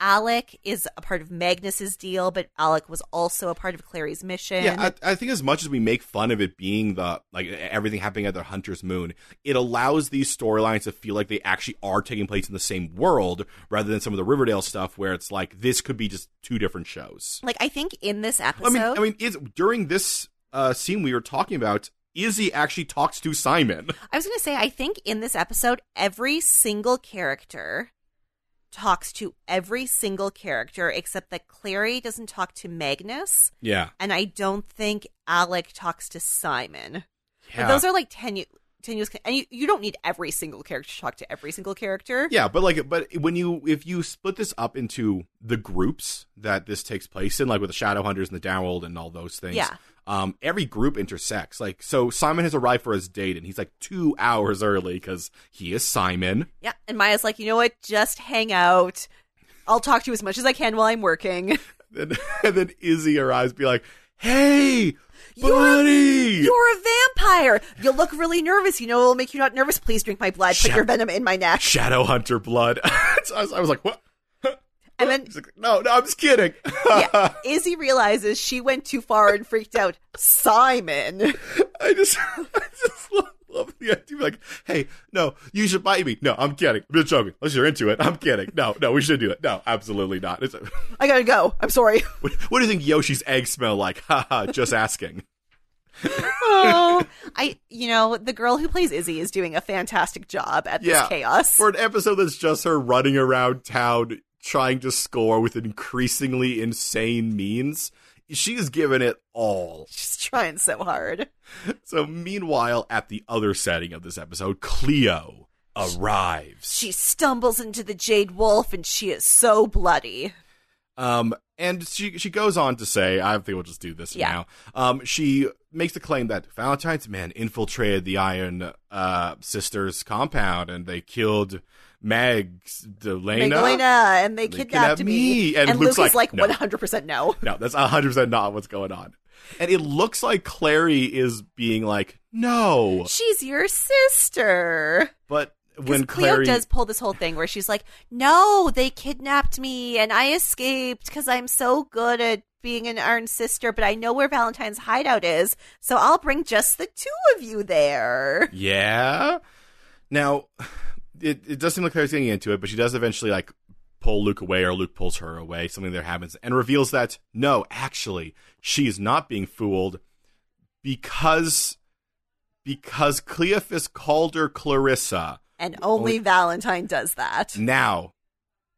[SPEAKER 2] Alec is a part of Magnus's deal, but Alec was also a part of Clary's mission.
[SPEAKER 1] Yeah, I, I think as much as we make fun of it being the like everything happening at the Hunter's Moon, it allows these storylines to feel like they actually are taking place in the same world rather than some of the Riverdale stuff where it's like this could be just two different shows.
[SPEAKER 2] like I think in this episode,
[SPEAKER 1] I mean, I mean, is during this uh, scene we were talking about, Izzy actually talks to Simon.
[SPEAKER 2] I was going to say, I think in this episode, every single character talks to every single character except that Clary doesn't talk to Magnus,
[SPEAKER 1] Yeah,
[SPEAKER 2] and I don't think Alec talks to Simon. But those are like tenu- tenuous, and you, you don't need every single character to talk to every single character.
[SPEAKER 1] yeah, but like, but when you if you split this up into the groups that this takes place in, like with the Shadowhunters and the Downworld and all those things,
[SPEAKER 2] Yeah.
[SPEAKER 1] Um, every group intersects. Like, so Simon has arrived for his date, and he's like two hours early because he is Simon.
[SPEAKER 2] yeah. And Maya's like, you know what? Just hang out. I'll talk to you as much as I can while I'm working.
[SPEAKER 1] And, and then Izzy arrives, be like, "Hey,
[SPEAKER 2] You're-
[SPEAKER 1] buddy,
[SPEAKER 2] You're a vampire. You look really nervous. You know what will make you not nervous? Please drink my blood. Put
[SPEAKER 1] Shut-
[SPEAKER 2] your venom in my neck.
[SPEAKER 1] Shadowhunter blood." So I, was, I was like, "What?"
[SPEAKER 2] And then
[SPEAKER 1] He's like, no, no, I'm just kidding.
[SPEAKER 2] yeah, Izzy realizes she went too far and freaked out. Simon.
[SPEAKER 1] I just, I just love, love the idea. Like, hey, no, you should bite me. No, I'm kidding. I'm just joking. Unless you're into it, I'm kidding. No, no, we should do it. No, absolutely not. It's,
[SPEAKER 2] I gotta go. I'm sorry.
[SPEAKER 1] what, what do you think Yoshi's eggs smell like? Ha ha. Just asking.
[SPEAKER 2] Oh, I, you know, the girl who plays Izzy is doing a fantastic job at
[SPEAKER 1] Yeah.
[SPEAKER 2] this chaos.
[SPEAKER 1] For an episode that's just her running around town trying to score with increasingly insane means, she's given it all.
[SPEAKER 2] She's trying so hard.
[SPEAKER 1] So, meanwhile, at the other setting of this episode, Cleo arrives.
[SPEAKER 2] She stumbles into the Jade Wolf and she is so bloody.
[SPEAKER 1] Um, and she she goes on to say, I think we'll just do this
[SPEAKER 2] Yeah.
[SPEAKER 1] now. Um, she makes the claim that Valentine's men infiltrated the Iron uh, Sisters compound and they killed Meg Delena.
[SPEAKER 2] Magdalena, and they,
[SPEAKER 1] They
[SPEAKER 2] kidnapped,
[SPEAKER 1] kidnapped
[SPEAKER 2] me.
[SPEAKER 1] me. And Luke's
[SPEAKER 2] Luke is
[SPEAKER 1] like, no.
[SPEAKER 2] like 100% no.
[SPEAKER 1] No, that's hundred percent not what's going on. And it looks like Clary is being like, no,
[SPEAKER 2] She's your sister.
[SPEAKER 1] but when
[SPEAKER 2] Because Cleo
[SPEAKER 1] Clary
[SPEAKER 2] does pull this whole thing where she's like, "No, they kidnapped me and I escaped because I'm so good at being an Iron Sister, but I know where Valentine's hideout is, so I'll bring just the two of you there."
[SPEAKER 1] Yeah. Now, it, it does seem like Claire's getting into it, but she does eventually like pull Luke away, or Luke pulls her away. Something there happens, and reveals that no, actually, she is not being fooled because because Cleophas called her Clarissa.
[SPEAKER 2] And only
[SPEAKER 1] Only-
[SPEAKER 2] Valentine does that.
[SPEAKER 1] Now,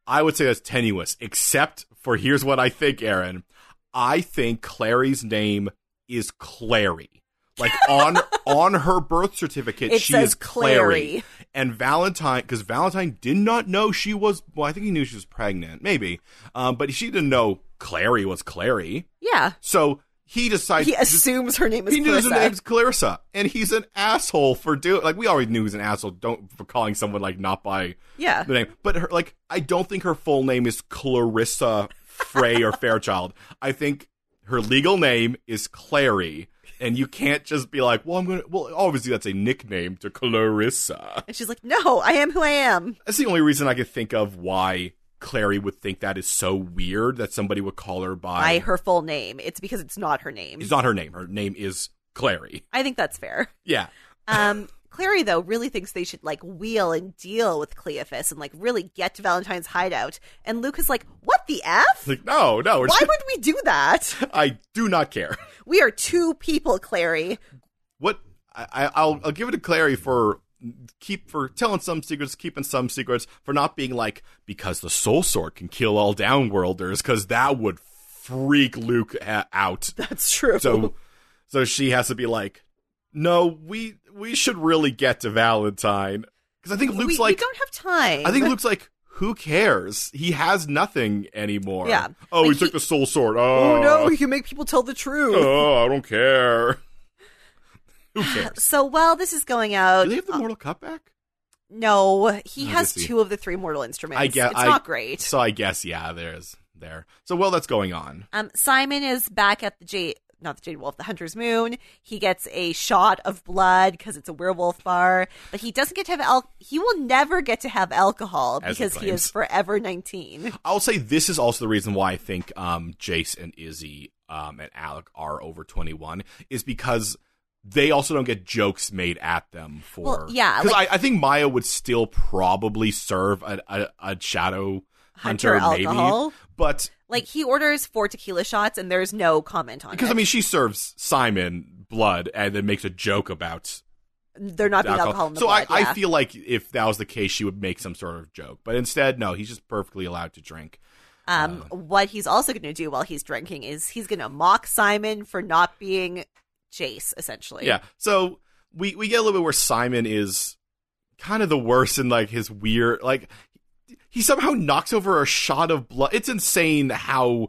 [SPEAKER 1] I would say that's tenuous, except for here's what I think, Aaron. I think Clary's name is Clary. Like on on her birth certificate,
[SPEAKER 2] It
[SPEAKER 1] she
[SPEAKER 2] says
[SPEAKER 1] is Clary.
[SPEAKER 2] Clary.
[SPEAKER 1] And Valentine, because Valentine did not know she was. Well, I think he knew she was pregnant, maybe, um, but she didn't know Clary was Clary.
[SPEAKER 2] Yeah,
[SPEAKER 1] So he decides
[SPEAKER 2] he assumes her name is
[SPEAKER 1] he knew his
[SPEAKER 2] Clarissa.
[SPEAKER 1] name's Clarissa, and he's an asshole for doing. Like we already knew he was an asshole. Don't for calling someone like not by
[SPEAKER 2] yeah,
[SPEAKER 1] the name. But her, like, I don't think her full name is Clarissa Frey or Fairchild. I think her legal name is Clary, and you can't just be like, "Well, I'm gonna." Well, obviously that's a nickname to Clarissa.
[SPEAKER 2] and she's like, "No, I am who I am."
[SPEAKER 1] That's the only reason I can think of why Clary would think that is so weird that somebody would call her by.
[SPEAKER 2] By her full name, it's because it's not her name.
[SPEAKER 1] It's not her name. Her name is Clary.
[SPEAKER 2] I think that's fair.
[SPEAKER 1] Yeah.
[SPEAKER 2] Um, Clary though really thinks they should like wheel and deal with Cleophas and like really get to Valentine's hideout. And Luke is like, "What the f?
[SPEAKER 1] It's like no, no. we're
[SPEAKER 2] Why
[SPEAKER 1] just-
[SPEAKER 2] would we do that?
[SPEAKER 1] I do not care.
[SPEAKER 2] We are two people, Clary."
[SPEAKER 1] What I, I- I'll I'll give it to Clary for keep for telling some secrets, keeping some secrets, for not being like because the soul sword can kill all downworlders because that would freak Luke a- out.
[SPEAKER 2] That's true.
[SPEAKER 1] So so she has to be like, no, we we should really get to Valentine because I think Luke's
[SPEAKER 2] we, we
[SPEAKER 1] like
[SPEAKER 2] don't have time.
[SPEAKER 1] I think Luke's like. Who cares? He has nothing anymore.
[SPEAKER 2] Yeah.
[SPEAKER 1] Oh,
[SPEAKER 2] Like,
[SPEAKER 1] he took
[SPEAKER 2] he-
[SPEAKER 1] the soul sword.
[SPEAKER 3] Oh
[SPEAKER 1] Oh,
[SPEAKER 3] no, he can make people tell the truth.
[SPEAKER 1] oh, I don't care. Who cares?
[SPEAKER 2] so while this is going out,
[SPEAKER 1] Do they have the
[SPEAKER 2] uh,
[SPEAKER 1] Mortal Cup back?
[SPEAKER 2] no, he
[SPEAKER 1] No,
[SPEAKER 2] has
[SPEAKER 1] does he?
[SPEAKER 2] two of the three mortal instruments.
[SPEAKER 1] Oh, I guess
[SPEAKER 2] it's
[SPEAKER 1] I-
[SPEAKER 2] not great.
[SPEAKER 1] So I guess yeah, there's there. So while that's going on,
[SPEAKER 2] Um, Simon is back at the Jade, not the Jade Wolf, the Hunter's Moon. He gets a shot of blood because it's a werewolf bar, but he doesn't get to have al- He will never get to have alcohol
[SPEAKER 1] As he
[SPEAKER 2] because he is
[SPEAKER 1] claims.
[SPEAKER 2] forever nineteen.
[SPEAKER 1] I'll say this is also the reason why I think um, Jace and Izzy um, and Alec are over twenty one is because they also don't get jokes made at them for
[SPEAKER 2] Well, yeah,
[SPEAKER 1] because
[SPEAKER 2] like-
[SPEAKER 1] I, I think Maya would still probably serve a a, a shadow
[SPEAKER 2] Hunter
[SPEAKER 1] hunter,
[SPEAKER 2] alcohol?
[SPEAKER 1] maybe, but
[SPEAKER 2] Like he orders four tequila shots, and there's no comment on
[SPEAKER 1] because
[SPEAKER 2] it.
[SPEAKER 1] I mean she serves Simon blood and then makes a joke about
[SPEAKER 2] they're not being alcohol.
[SPEAKER 1] alcohol.
[SPEAKER 2] in the
[SPEAKER 1] so
[SPEAKER 2] blood.
[SPEAKER 1] I,
[SPEAKER 2] yeah.
[SPEAKER 1] I feel like if that was the case, she would make some sort of joke. But instead, no, he's just perfectly allowed to drink.
[SPEAKER 2] Um,
[SPEAKER 1] Uh.
[SPEAKER 2] what he's also going to do while he's drinking is he's going to mock Simon for not being Jace, essentially.
[SPEAKER 1] yeah. So we we get a little bit where Simon is kind of the worst in like his weird like he somehow knocks over a shot of blood. It's insane how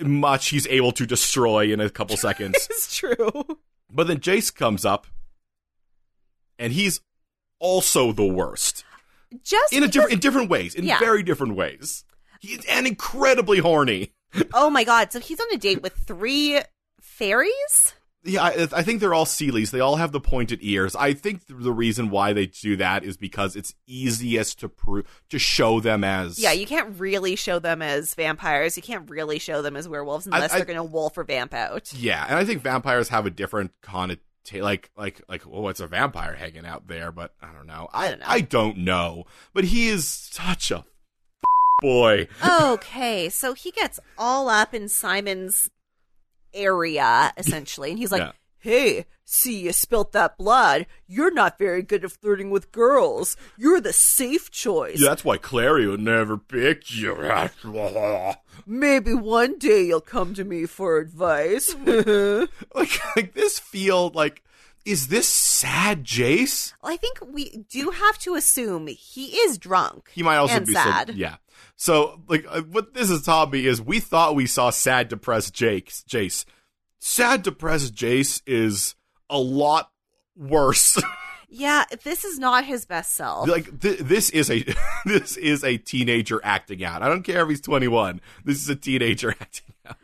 [SPEAKER 1] much he's able to destroy in a couple seconds.
[SPEAKER 2] it's true.
[SPEAKER 1] But then Jace comes up and he's also the worst.
[SPEAKER 2] Just
[SPEAKER 1] In a
[SPEAKER 2] because-
[SPEAKER 1] different in different ways, in
[SPEAKER 2] Yeah.
[SPEAKER 1] very different ways. He, and incredibly horny.
[SPEAKER 2] oh my god! So he's on a date with three fairies.
[SPEAKER 1] Yeah, I, I think they're all Sealies. They all have the pointed ears. I think th- the reason why they do that is because it's easiest to prove to show them as.
[SPEAKER 2] Yeah, you can't really show them as vampires. You can't really show them as werewolves
[SPEAKER 1] I-
[SPEAKER 2] unless
[SPEAKER 1] I-
[SPEAKER 2] they're going to wolf or vamp out.
[SPEAKER 1] yeah, and I think vampires have a different connotation. Like, like, like, oh, it's a vampire hanging out there, but I don't know. I,
[SPEAKER 2] I don't know.
[SPEAKER 1] I don't know. But he is such a boy.
[SPEAKER 2] okay, so he gets all up in Simon's area, essentially, and he's like,
[SPEAKER 1] Yeah.
[SPEAKER 2] Hey, see, you spilt that blood. You're not very good at flirting with girls. You're the safe choice.
[SPEAKER 1] Yeah, that's why Clary would never pick you.
[SPEAKER 2] Maybe one day you'll come to me for advice. well,
[SPEAKER 1] like, like this feel like is this sad, Jace?
[SPEAKER 2] I think we do have to assume he is drunk.
[SPEAKER 1] He might also
[SPEAKER 2] and
[SPEAKER 1] be so-
[SPEAKER 2] sad.
[SPEAKER 1] yeah. So like uh, what this has taught me is we thought we saw sad depressed Jake Jace. Sad depressed Jace is a lot worse.
[SPEAKER 2] yeah, this is not his best self.
[SPEAKER 1] like th- this is a this is a teenager acting out. I don't care if he's 21. This is a teenager acting out.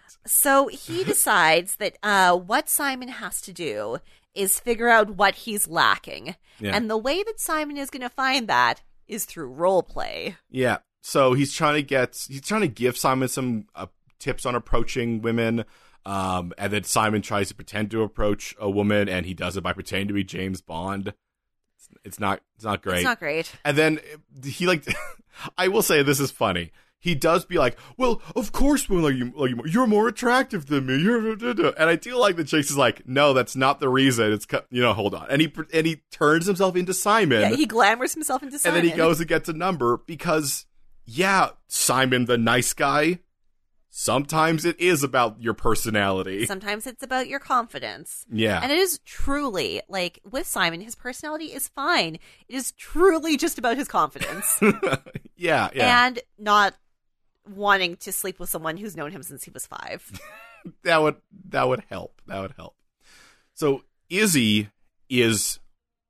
[SPEAKER 2] So he decides that uh, what Simon has to do is figure out what he's lacking.
[SPEAKER 1] Yeah.
[SPEAKER 2] And the way that Simon is going to find that is through role play.
[SPEAKER 1] Yeah. So he's trying to get he's trying to give Simon some uh, tips on approaching women. Um, and then Simon tries to pretend to approach a woman, and he does it by pretending to be James Bond. It's, it's not it's not great.
[SPEAKER 2] It's not great.
[SPEAKER 1] And then uh, he like, I will say this is funny. He does be like, well, of course, well, like you, like you, you're more attractive than me. You're, da, da, da." and I do like that Chase is like, no, that's not the reason. It's co- you know, hold on, and he pr- and he turns himself into Simon,
[SPEAKER 2] yeah, he glamours himself into
[SPEAKER 1] and
[SPEAKER 2] Simon.
[SPEAKER 1] then he goes and gets a number because, yeah, Simon the nice guy. Sometimes it is about your personality.
[SPEAKER 2] Sometimes it's about your confidence.
[SPEAKER 1] yeah,
[SPEAKER 2] And it is truly, like, with Simon, his personality is fine. It is truly just about his confidence
[SPEAKER 1] yeah, yeah.
[SPEAKER 2] and not wanting to sleep with someone who's known him since he was five.
[SPEAKER 1] that would that would help. That would help. So Izzy is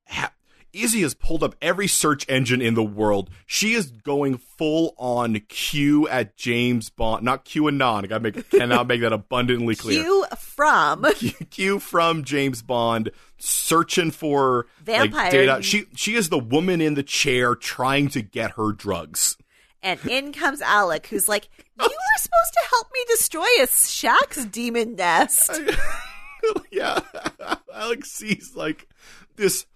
[SPEAKER 1] ha- Izzy has pulled up every search engine in the world. She is going full on Q at James Bond, not Q and non. I gotta make cannot make that abundantly clear.
[SPEAKER 2] Cue from
[SPEAKER 1] Q, Q from James Bond, searching for
[SPEAKER 2] Vampire.
[SPEAKER 1] Like, data. She she is the woman in the chair trying to get her drugs.
[SPEAKER 2] And in comes Alec, who's like, You were supposed to help me destroy a Shaq's demon nest.
[SPEAKER 1] yeah. Alex sees like this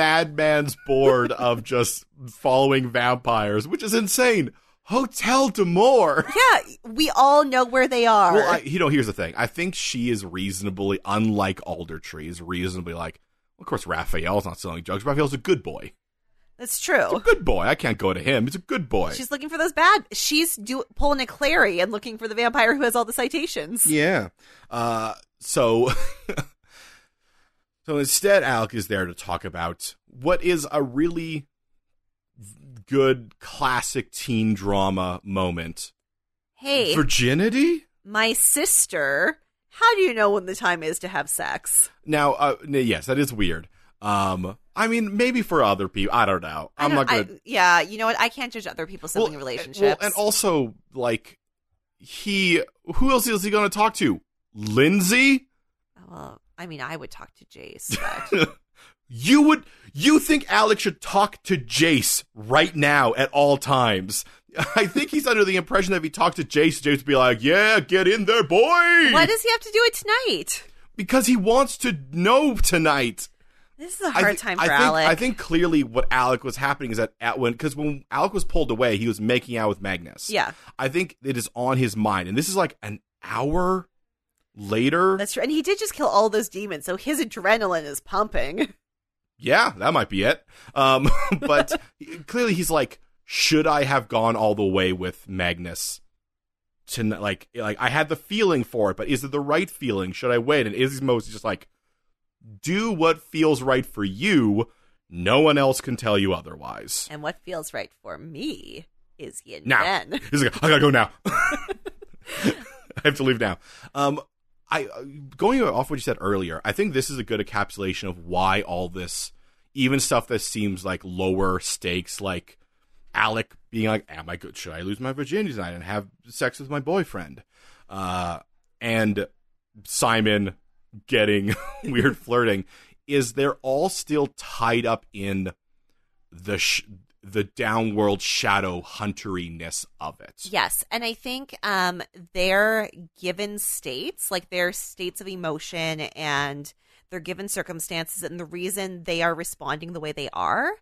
[SPEAKER 1] madman's board of just following vampires, which is insane. Hotel Demore.
[SPEAKER 2] Yeah, we all know where they are.
[SPEAKER 1] Well, I, you know, here's the thing. I think she is reasonably, unlike Alder Tree, is reasonably like, Of course, Raphael's not selling drugs. Raphael's a good boy.
[SPEAKER 2] That's true.
[SPEAKER 1] A good boy. I can't go to him. He's a good boy.
[SPEAKER 2] She's looking for those bad. She's do- pulling a Clary and looking for the vampire who has all the citations.
[SPEAKER 1] Yeah. Uh, so, so instead, Alec is there to talk about what is a really good classic teen drama moment:
[SPEAKER 2] Hey,
[SPEAKER 1] virginity.
[SPEAKER 2] my sister, how do you know when the time is to have sex?
[SPEAKER 1] Now, uh, n- yes, that is weird. Um, I mean, maybe for other people, I don't know.
[SPEAKER 2] I
[SPEAKER 1] I'm
[SPEAKER 2] don't-
[SPEAKER 1] not gonna.
[SPEAKER 2] I- yeah, you know what? I can't judge other people's sibling
[SPEAKER 1] Well,
[SPEAKER 2] relationships.
[SPEAKER 1] Well, and also, like, he. Who else is he going to talk to? Lindsay?
[SPEAKER 2] Oh, Well, I mean, I would talk to Jace, but
[SPEAKER 1] You would. You think Alex should talk to Jace right now at all times? I think he's under the impression that if he talked to Jace, Jace would be like, "Yeah, get in there, boy,"
[SPEAKER 2] why does he have to do it tonight?
[SPEAKER 1] because he wants to know tonight.
[SPEAKER 2] This is a
[SPEAKER 1] I
[SPEAKER 2] hard
[SPEAKER 1] thi-
[SPEAKER 2] time
[SPEAKER 1] I
[SPEAKER 2] for
[SPEAKER 1] think,
[SPEAKER 2] Alec.
[SPEAKER 1] I think clearly what Alec was happening is that at when because when Alec was pulled away, he was making out with Magnus.
[SPEAKER 2] Yeah.
[SPEAKER 1] I think it is on his mind, and this is like an hour later.
[SPEAKER 2] That's true. And he did just kill all those demons, so his adrenaline is pumping.
[SPEAKER 1] yeah, that might be it. Um, but clearly he's like, should I have gone all the way with Magnus? To like, like I had the feeling for it, but is it the right feeling? Should I wait? And Izzy's most just like, do what feels right for you. No one else can tell you otherwise.
[SPEAKER 2] And what feels right for me is yin
[SPEAKER 1] now.
[SPEAKER 2] yang.
[SPEAKER 1] He's like, I gotta go now. I have to leave now. Um, I uh, going off what you said earlier. I think this is a good encapsulation of why all this, even stuff that seems like lower stakes, like Alec being like, "Am I good? Should I lose my virginity tonight and have sex with my boyfriend?" Uh, and Simon getting weird flirting is they're all still tied up in the sh- the downworld shadow hunteriness of it.
[SPEAKER 2] Yes, and I think um, their given states, like their states of emotion and their given circumstances, and the reason they are responding the way they are,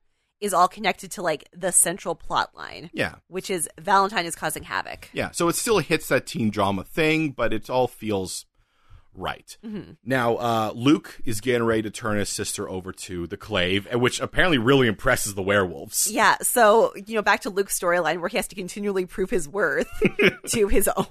[SPEAKER 2] is all connected to like the central plot line,
[SPEAKER 1] Yeah.
[SPEAKER 2] which is Valentine is causing havoc.
[SPEAKER 1] Yeah. So it still hits that teen drama thing, but it all feels right. Now, uh, Luke is getting ready to turn his sister over to the Clave, and which apparently really impresses the werewolves.
[SPEAKER 2] Yeah, so you know, back to Luke's storyline where he has to continually prove his worth to his own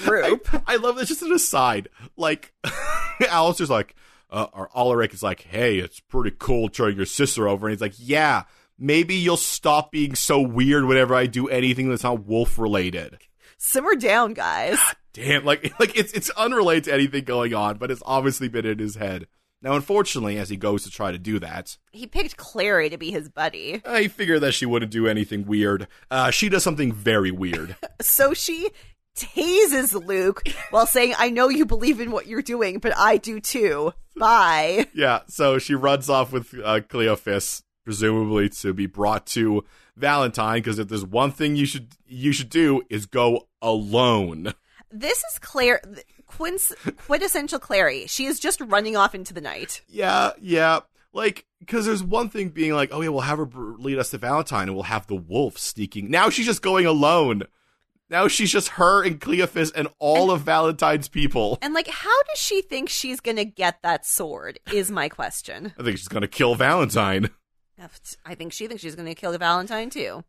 [SPEAKER 1] I,
[SPEAKER 2] group.
[SPEAKER 1] I love this. Just an aside. Like, Alistair's like, uh, or Alaric is like, hey, it's pretty cool turning your sister over. And he's like, yeah, maybe you'll stop being so weird whenever I do anything that's not wolf related.
[SPEAKER 2] Simmer down, guys.
[SPEAKER 1] damn like like it's it's unrelated to anything going on but it's obviously been in his head now unfortunately as he goes to try to do that
[SPEAKER 2] He picked Clary to be his buddy.
[SPEAKER 1] i figure that she wouldn't do anything weird uh, she does something very weird
[SPEAKER 2] So she tases Luke while saying, I know you believe in what you're doing, but I do too. Bye.
[SPEAKER 1] yeah so she runs off with uh, cleophas presumably to be brought to valentine because if there's one thing you should you should do is go alone
[SPEAKER 2] This is Claire, Quince, quintessential Clary. She is just running off into the night.
[SPEAKER 1] yeah yeah like because there's one thing being like oh yeah we'll have her br- lead us to valentine and we'll have the wolf sneaking now she's just going alone now she's just her and cleophas and all of valentine's people
[SPEAKER 2] And, like, how does she think she's going to get that sword? Is my question.
[SPEAKER 1] i think she's gonna kill valentine
[SPEAKER 2] I think she thinks she's going to kill Valentine, too.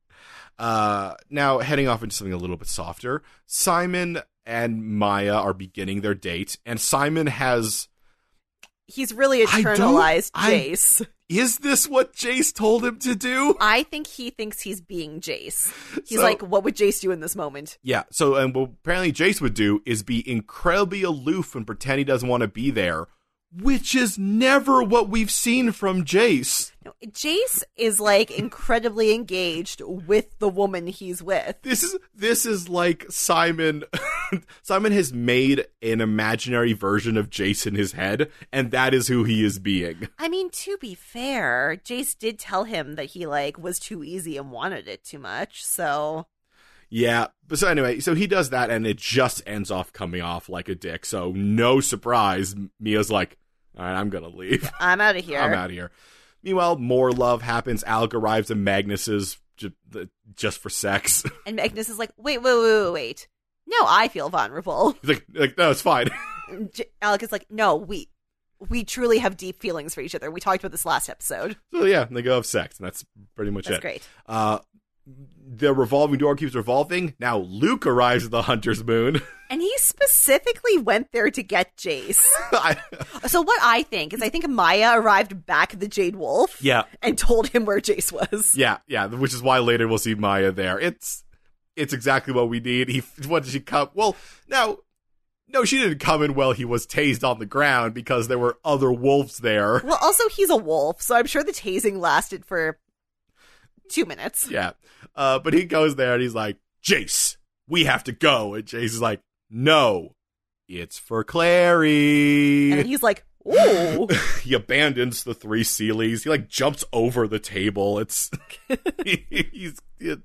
[SPEAKER 1] uh now heading off into something a little bit softer simon and maya are beginning their date and simon has
[SPEAKER 2] He's really
[SPEAKER 1] I don't-
[SPEAKER 2] internalized
[SPEAKER 1] I-
[SPEAKER 2] Jace.
[SPEAKER 1] is this what jace told him to do
[SPEAKER 2] I think he thinks he's being Jace. He's
[SPEAKER 1] So-
[SPEAKER 2] like, what would Jace do in this moment?
[SPEAKER 1] Yeah. So, and what apparently Jace would do is be incredibly aloof and pretend he doesn't want to be there, which is never what we've seen from Jace.
[SPEAKER 2] No, Jace is like incredibly engaged with the woman he's with.
[SPEAKER 1] This is this is like Simon. Simon has made an imaginary version of Jace in his head, and that is who he is being.
[SPEAKER 2] I mean, to be fair, Jace did tell him that he like was too easy and wanted it too much. So
[SPEAKER 1] Yeah. But so anyway, so he does that, and it just ends off coming off like a dick. So no surprise, Mia's like, "All right, I'm gonna leave."
[SPEAKER 2] I'm out of here.
[SPEAKER 1] I'm out of here. Meanwhile, more love happens. Alec arrives at Magnus's ju- the- just for sex.
[SPEAKER 2] And Magnus is like, wait, wait, wait, wait, wait. No, I feel vulnerable.
[SPEAKER 1] He's like, like, no, it's fine.
[SPEAKER 2] And J- Alec is like, no, we we truly have deep feelings for each other. We talked about this last episode.
[SPEAKER 1] So yeah, they go have sex, and that's pretty much
[SPEAKER 2] That's
[SPEAKER 1] it.
[SPEAKER 2] great.
[SPEAKER 1] Uh, the revolving door keeps revolving. Now Luke arrives at the Hunter's Moon.
[SPEAKER 2] And he specifically went there to get Jace.
[SPEAKER 1] I-
[SPEAKER 2] so what I think is I think Maya arrived back at the Jade Wolf
[SPEAKER 1] yeah,
[SPEAKER 2] and told him where Jace was.
[SPEAKER 1] yeah, yeah. Which is why later we'll see Maya there. It's it's exactly what we need. He what did she come? Well, now. No, she didn't come in while he was tased on the ground because there were other wolves there.
[SPEAKER 2] Well, also he's a wolf, so I'm sure the tasing lasted for two minutes.
[SPEAKER 1] Yeah. Uh, but he goes there and he's like, Jace, we have to go. And Jace is like, no, it's for
[SPEAKER 2] And then
[SPEAKER 1] Clary.
[SPEAKER 2] he's like, ooh.
[SPEAKER 1] He abandons the three Sealies. He like jumps over the table. It's he's it-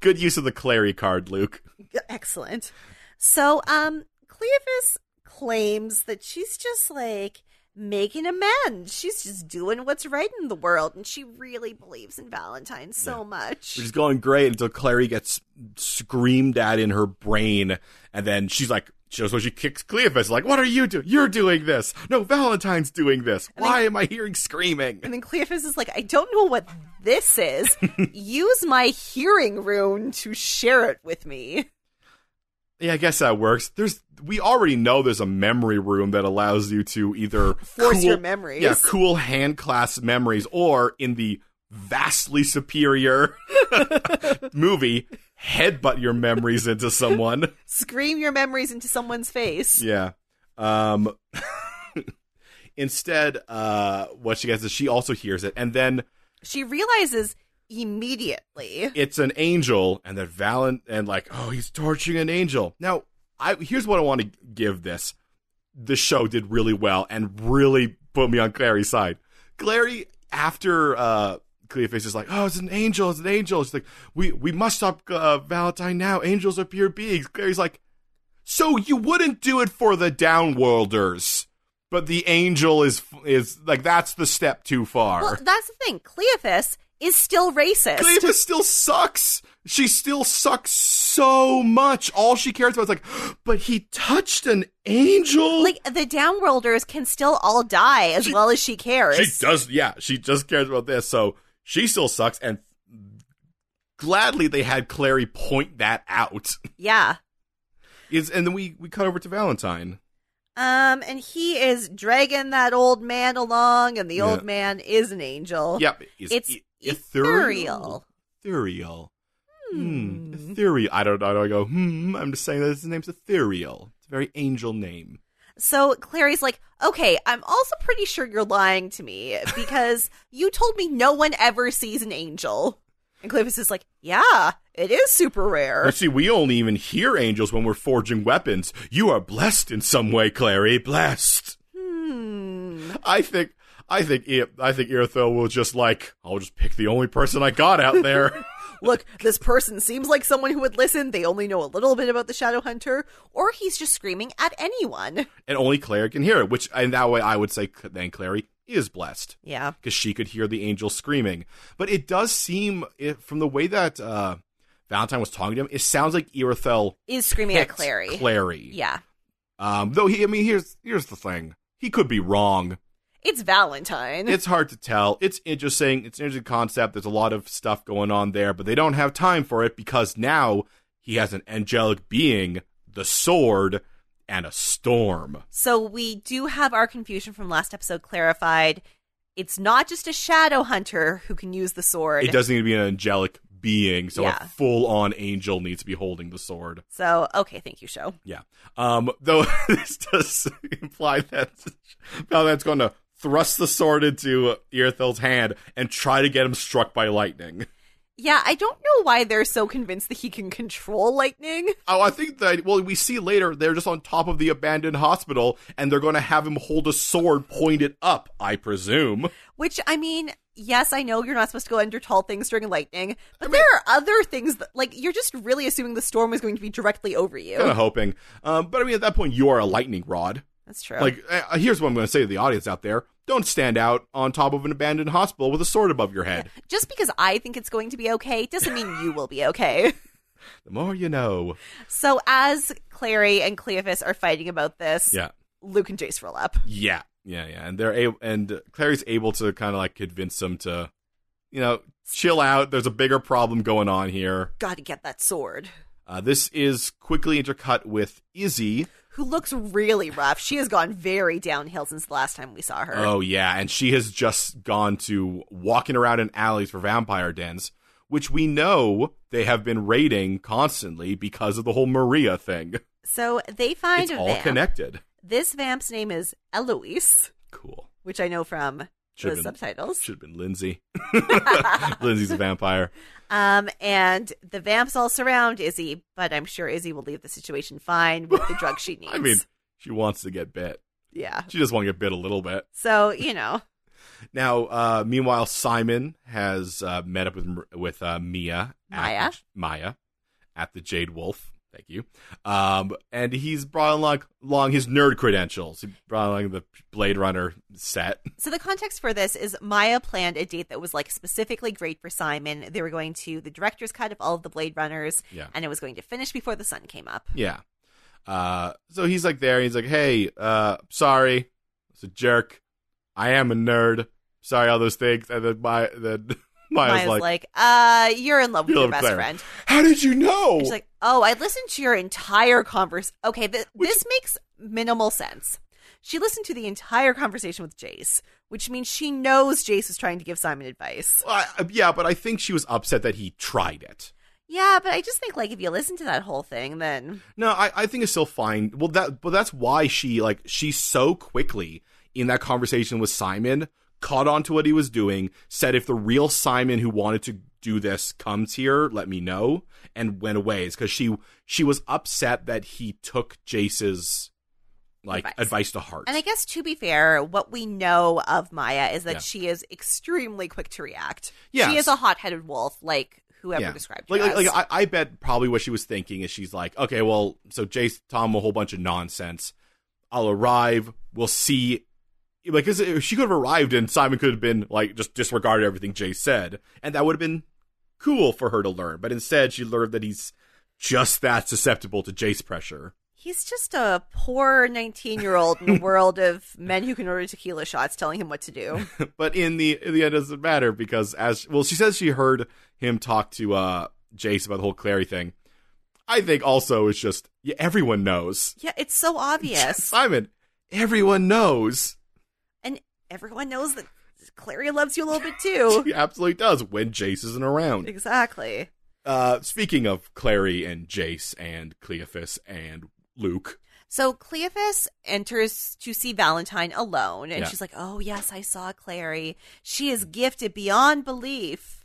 [SPEAKER 1] good use of the Clary card, Luke.
[SPEAKER 2] Excellent. So, um, Cleophas claims that she's just like making amends. She's just doing what's right in the world, and she really believes in Valentine so much.
[SPEAKER 1] Which is going great until Clary gets screamed at in her brain, and then she's like, so so she kicks Cleophas, like, "What are you doing? You're doing this. No, Valentine's doing this. Why am I hearing screaming?"
[SPEAKER 2] And then Cleophas is like, I don't know what this is. Use my hearing rune to share it with me.
[SPEAKER 1] Yeah, I guess that works. There's we already know there's a memory room that allows you to either
[SPEAKER 2] Force
[SPEAKER 1] cool,
[SPEAKER 2] your memories.
[SPEAKER 1] Yeah, cool hand class memories, or in the vastly superior movie, headbutt your memories into someone.
[SPEAKER 2] Scream your memories into someone's face.
[SPEAKER 1] Yeah. Um instead, uh what she gets is she also hears it, and then
[SPEAKER 2] She realizes immediately.
[SPEAKER 1] it's an angel and that Valen and like, oh, he's torturing an angel. Now, I here's what I want to give this. The show did really well and really put me on Clary's side. Clary, after uh Cleophas is like, oh, it's an angel, it's an angel. She's like, we we must stop uh, Valentine now. Angels are pure beings. Clary's like, so you wouldn't do it for the downworlders, but the angel is is like that's the step too far.
[SPEAKER 2] Well, that's the thing. Cleophas is still racist.
[SPEAKER 1] Cleopas still sucks. She still sucks so much. All she cares about is like, but he touched an angel.
[SPEAKER 2] like the downworlders can still all die as well as she cares.
[SPEAKER 1] she does, yeah. She just cares about this. So she still sucks, and gladly they had Clary point that out.
[SPEAKER 2] yeah.
[SPEAKER 1] Is and then we we cut over to Valentine.
[SPEAKER 2] Um, and he is dragging that old man along, and the
[SPEAKER 1] Yeah.
[SPEAKER 2] old man is an angel.
[SPEAKER 1] Yep, is
[SPEAKER 2] It's
[SPEAKER 1] e-
[SPEAKER 2] ethereal.
[SPEAKER 1] Ethereal. Hmm.
[SPEAKER 2] Hmm.
[SPEAKER 1] Ethereal. I don't know. I don't go. Hmm. I'm just saying that his name's ethereal. It's a very angel name.
[SPEAKER 2] So Clary's like, okay, I'm also pretty sure you're lying to me because you told me no one ever sees an angel. And Cleophas is like, yeah, it is super rare.
[SPEAKER 1] Let's see, we only even hear angels when we're forging weapons. You are blessed in some way, Clary. Blessed.
[SPEAKER 2] Hmm.
[SPEAKER 1] I think. I think. I- I think Irithyll will just like. I'll just pick the only person I got out there.
[SPEAKER 2] Look, this person seems like someone who would listen. They only know a little bit about the Shadow Hunter, or he's just screaming at anyone.
[SPEAKER 1] and only Clary can hear it. Which, and that way, I would say then Clary is blessed
[SPEAKER 2] Yeah.
[SPEAKER 1] because she could hear the angel screaming. But it does seem, it, from the way that uh, Valentine was talking to him, it sounds like Irithyll
[SPEAKER 2] Is screaming at
[SPEAKER 1] picked
[SPEAKER 2] Clary.
[SPEAKER 1] Clary.
[SPEAKER 2] Yeah.
[SPEAKER 1] Um. Though he, I mean, here's here's the thing. He could be wrong.
[SPEAKER 2] It's Valentine.
[SPEAKER 1] it's hard to tell. It's interesting. It's an interesting concept. There's a lot of stuff going on there, but they don't have time for it because now he has an angelic being, the sword, and a storm.
[SPEAKER 2] so we do have our confusion from last episode clarified. It's not just a Shadow Hunter who can use the sword.
[SPEAKER 1] It doesn't need to be an angelic being, so
[SPEAKER 2] Yeah.
[SPEAKER 1] a full on angel needs to be holding the sword.
[SPEAKER 2] So, okay, thank you, show.
[SPEAKER 1] Yeah. Um, though this does imply that Valentine's going to thrust the sword into Earthill's hand and try to get him struck by lightning.
[SPEAKER 2] Yeah, I don't know why they're so convinced that he can control lightning.
[SPEAKER 1] Oh, I think that. Well, we see later they're just on top of the abandoned hospital, and they're going to have him hold a sword pointed up. I presume.
[SPEAKER 2] Which, I mean, yes, I know you're not supposed to go under tall things during lightning, but there are other things that, like, you're just really assuming the storm was going to be directly over you.
[SPEAKER 1] Kind of hoping, um, but I mean, at that point, you are a lightning rod.
[SPEAKER 2] That's true.
[SPEAKER 1] Like, uh, here's what I'm going to say to the audience out there: Don't stand out on top of an abandoned hospital with a sword above your head.
[SPEAKER 2] just because I think it's going to be okay doesn't mean you will be okay.
[SPEAKER 1] The more you know.
[SPEAKER 2] So, as Clary and Cleophas are fighting about this,
[SPEAKER 1] Yeah,
[SPEAKER 2] Luke and Jace roll up.
[SPEAKER 1] yeah. Yeah, yeah, and they're able, and Clary's able to kind of like convince them to, you know, chill out. There's a bigger problem going on here.
[SPEAKER 2] Got to get that sword.
[SPEAKER 1] Uh, this is quickly intercut with Izzy.
[SPEAKER 2] Who looks really rough. She has gone very downhill since the last time we saw her.
[SPEAKER 1] Oh yeah, and she has just gone to walking around in alleys for vampire dens, which we know they have been raiding constantly because of the whole Maria thing.
[SPEAKER 2] So they find
[SPEAKER 1] it's
[SPEAKER 2] a
[SPEAKER 1] all
[SPEAKER 2] vamp.
[SPEAKER 1] connected.
[SPEAKER 2] This vamp's name is Eloise,
[SPEAKER 1] Cool.
[SPEAKER 2] which I know from
[SPEAKER 1] Should've
[SPEAKER 2] the
[SPEAKER 1] been-
[SPEAKER 2] subtitles.
[SPEAKER 1] Should have been Lindsay. Lindsay's a vampire.
[SPEAKER 2] Um, and the vamps all surround Izzy, but I'm sure Izzy will leave the situation fine with the drug she needs.
[SPEAKER 1] I mean, she wants to get bit.
[SPEAKER 2] yeah.
[SPEAKER 1] She just want to get bit a little bit.
[SPEAKER 2] So you know,
[SPEAKER 1] Now, uh, meanwhile, Simon has uh, met up with with uh, Mia,
[SPEAKER 2] Maya.
[SPEAKER 1] at the, Maya, at the Jade Wolf. Thank you. Um, and he's brought along, along his nerd credentials. He brought along the Blade Runner set.
[SPEAKER 2] so the context for this is Maya planned a date that was like specifically great for Simon. They were going to the director's cut of all of the Blade Runners,
[SPEAKER 1] Yeah.
[SPEAKER 2] and it was going to finish before the sun came up.
[SPEAKER 1] Yeah. Uh, so he's like there. He's like, hey, uh, sorry, it's a jerk. I am a nerd. Sorry, all those things. And then my then Maya's,
[SPEAKER 2] Maya's like,
[SPEAKER 1] like,
[SPEAKER 2] uh, you're in love with
[SPEAKER 1] You're
[SPEAKER 2] your
[SPEAKER 1] in
[SPEAKER 2] best
[SPEAKER 1] love with Clara.
[SPEAKER 2] friend.
[SPEAKER 1] how did you know?
[SPEAKER 2] She's like, oh, I listened to your entire converse. Okay, th-
[SPEAKER 1] Which-
[SPEAKER 2] this makes minimal sense. She listened to the entire conversation with Jace, which means she knows Jace was trying to give Simon advice.
[SPEAKER 1] Well, I- Uh, yeah, but I think she was upset that he tried it.
[SPEAKER 2] Yeah, but I just think like if you listen to that whole thing, then
[SPEAKER 1] No, I, I think it's still fine. Well, that but that's why she like she so quickly in that conversation with Simon caught on to what he was doing. Said if the real Simon who wanted to do this comes here, let me know, and went away. It's because she she was upset that he took Jace's like
[SPEAKER 2] Advice.
[SPEAKER 1] advice, to heart.
[SPEAKER 2] and I guess to be fair, what we know of Maya is that
[SPEAKER 1] Yeah.
[SPEAKER 2] she is extremely quick to react.
[SPEAKER 1] Yes.
[SPEAKER 2] She is a hot-headed wolf, like whoever
[SPEAKER 1] Yeah.
[SPEAKER 2] described her
[SPEAKER 1] like, like,
[SPEAKER 2] as.
[SPEAKER 1] like I, I bet probably what she was thinking is she's like, okay, well, so Jace Tom a whole bunch of nonsense. I'll arrive. We'll see. Like, 'cause if she could have arrived and Simon could have been like just disregarded everything Jace said, and that would have been cool for her to learn. But instead, she learned that he's just that susceptible to Jace pressure.
[SPEAKER 2] He's just a poor 19-year-old in a world of men who can order tequila shots telling him what to do.
[SPEAKER 1] but in the in the end, it doesn't matter because as well, she says she heard him talk to uh Jace about the whole Clary thing. I think also it's just yeah, everyone knows.
[SPEAKER 2] Yeah, it's so obvious.
[SPEAKER 1] Simon, everyone knows.
[SPEAKER 2] and everyone knows that Clary loves you a little bit too.
[SPEAKER 1] He absolutely does when Jace isn't around.
[SPEAKER 2] exactly.
[SPEAKER 1] Uh, speaking of Clary and Jace and Cleophas and Luke,
[SPEAKER 2] So Cleophas enters to see Valentine alone, and
[SPEAKER 1] Yeah.
[SPEAKER 2] she's like, "Oh yes, I saw Clary. She is gifted beyond belief.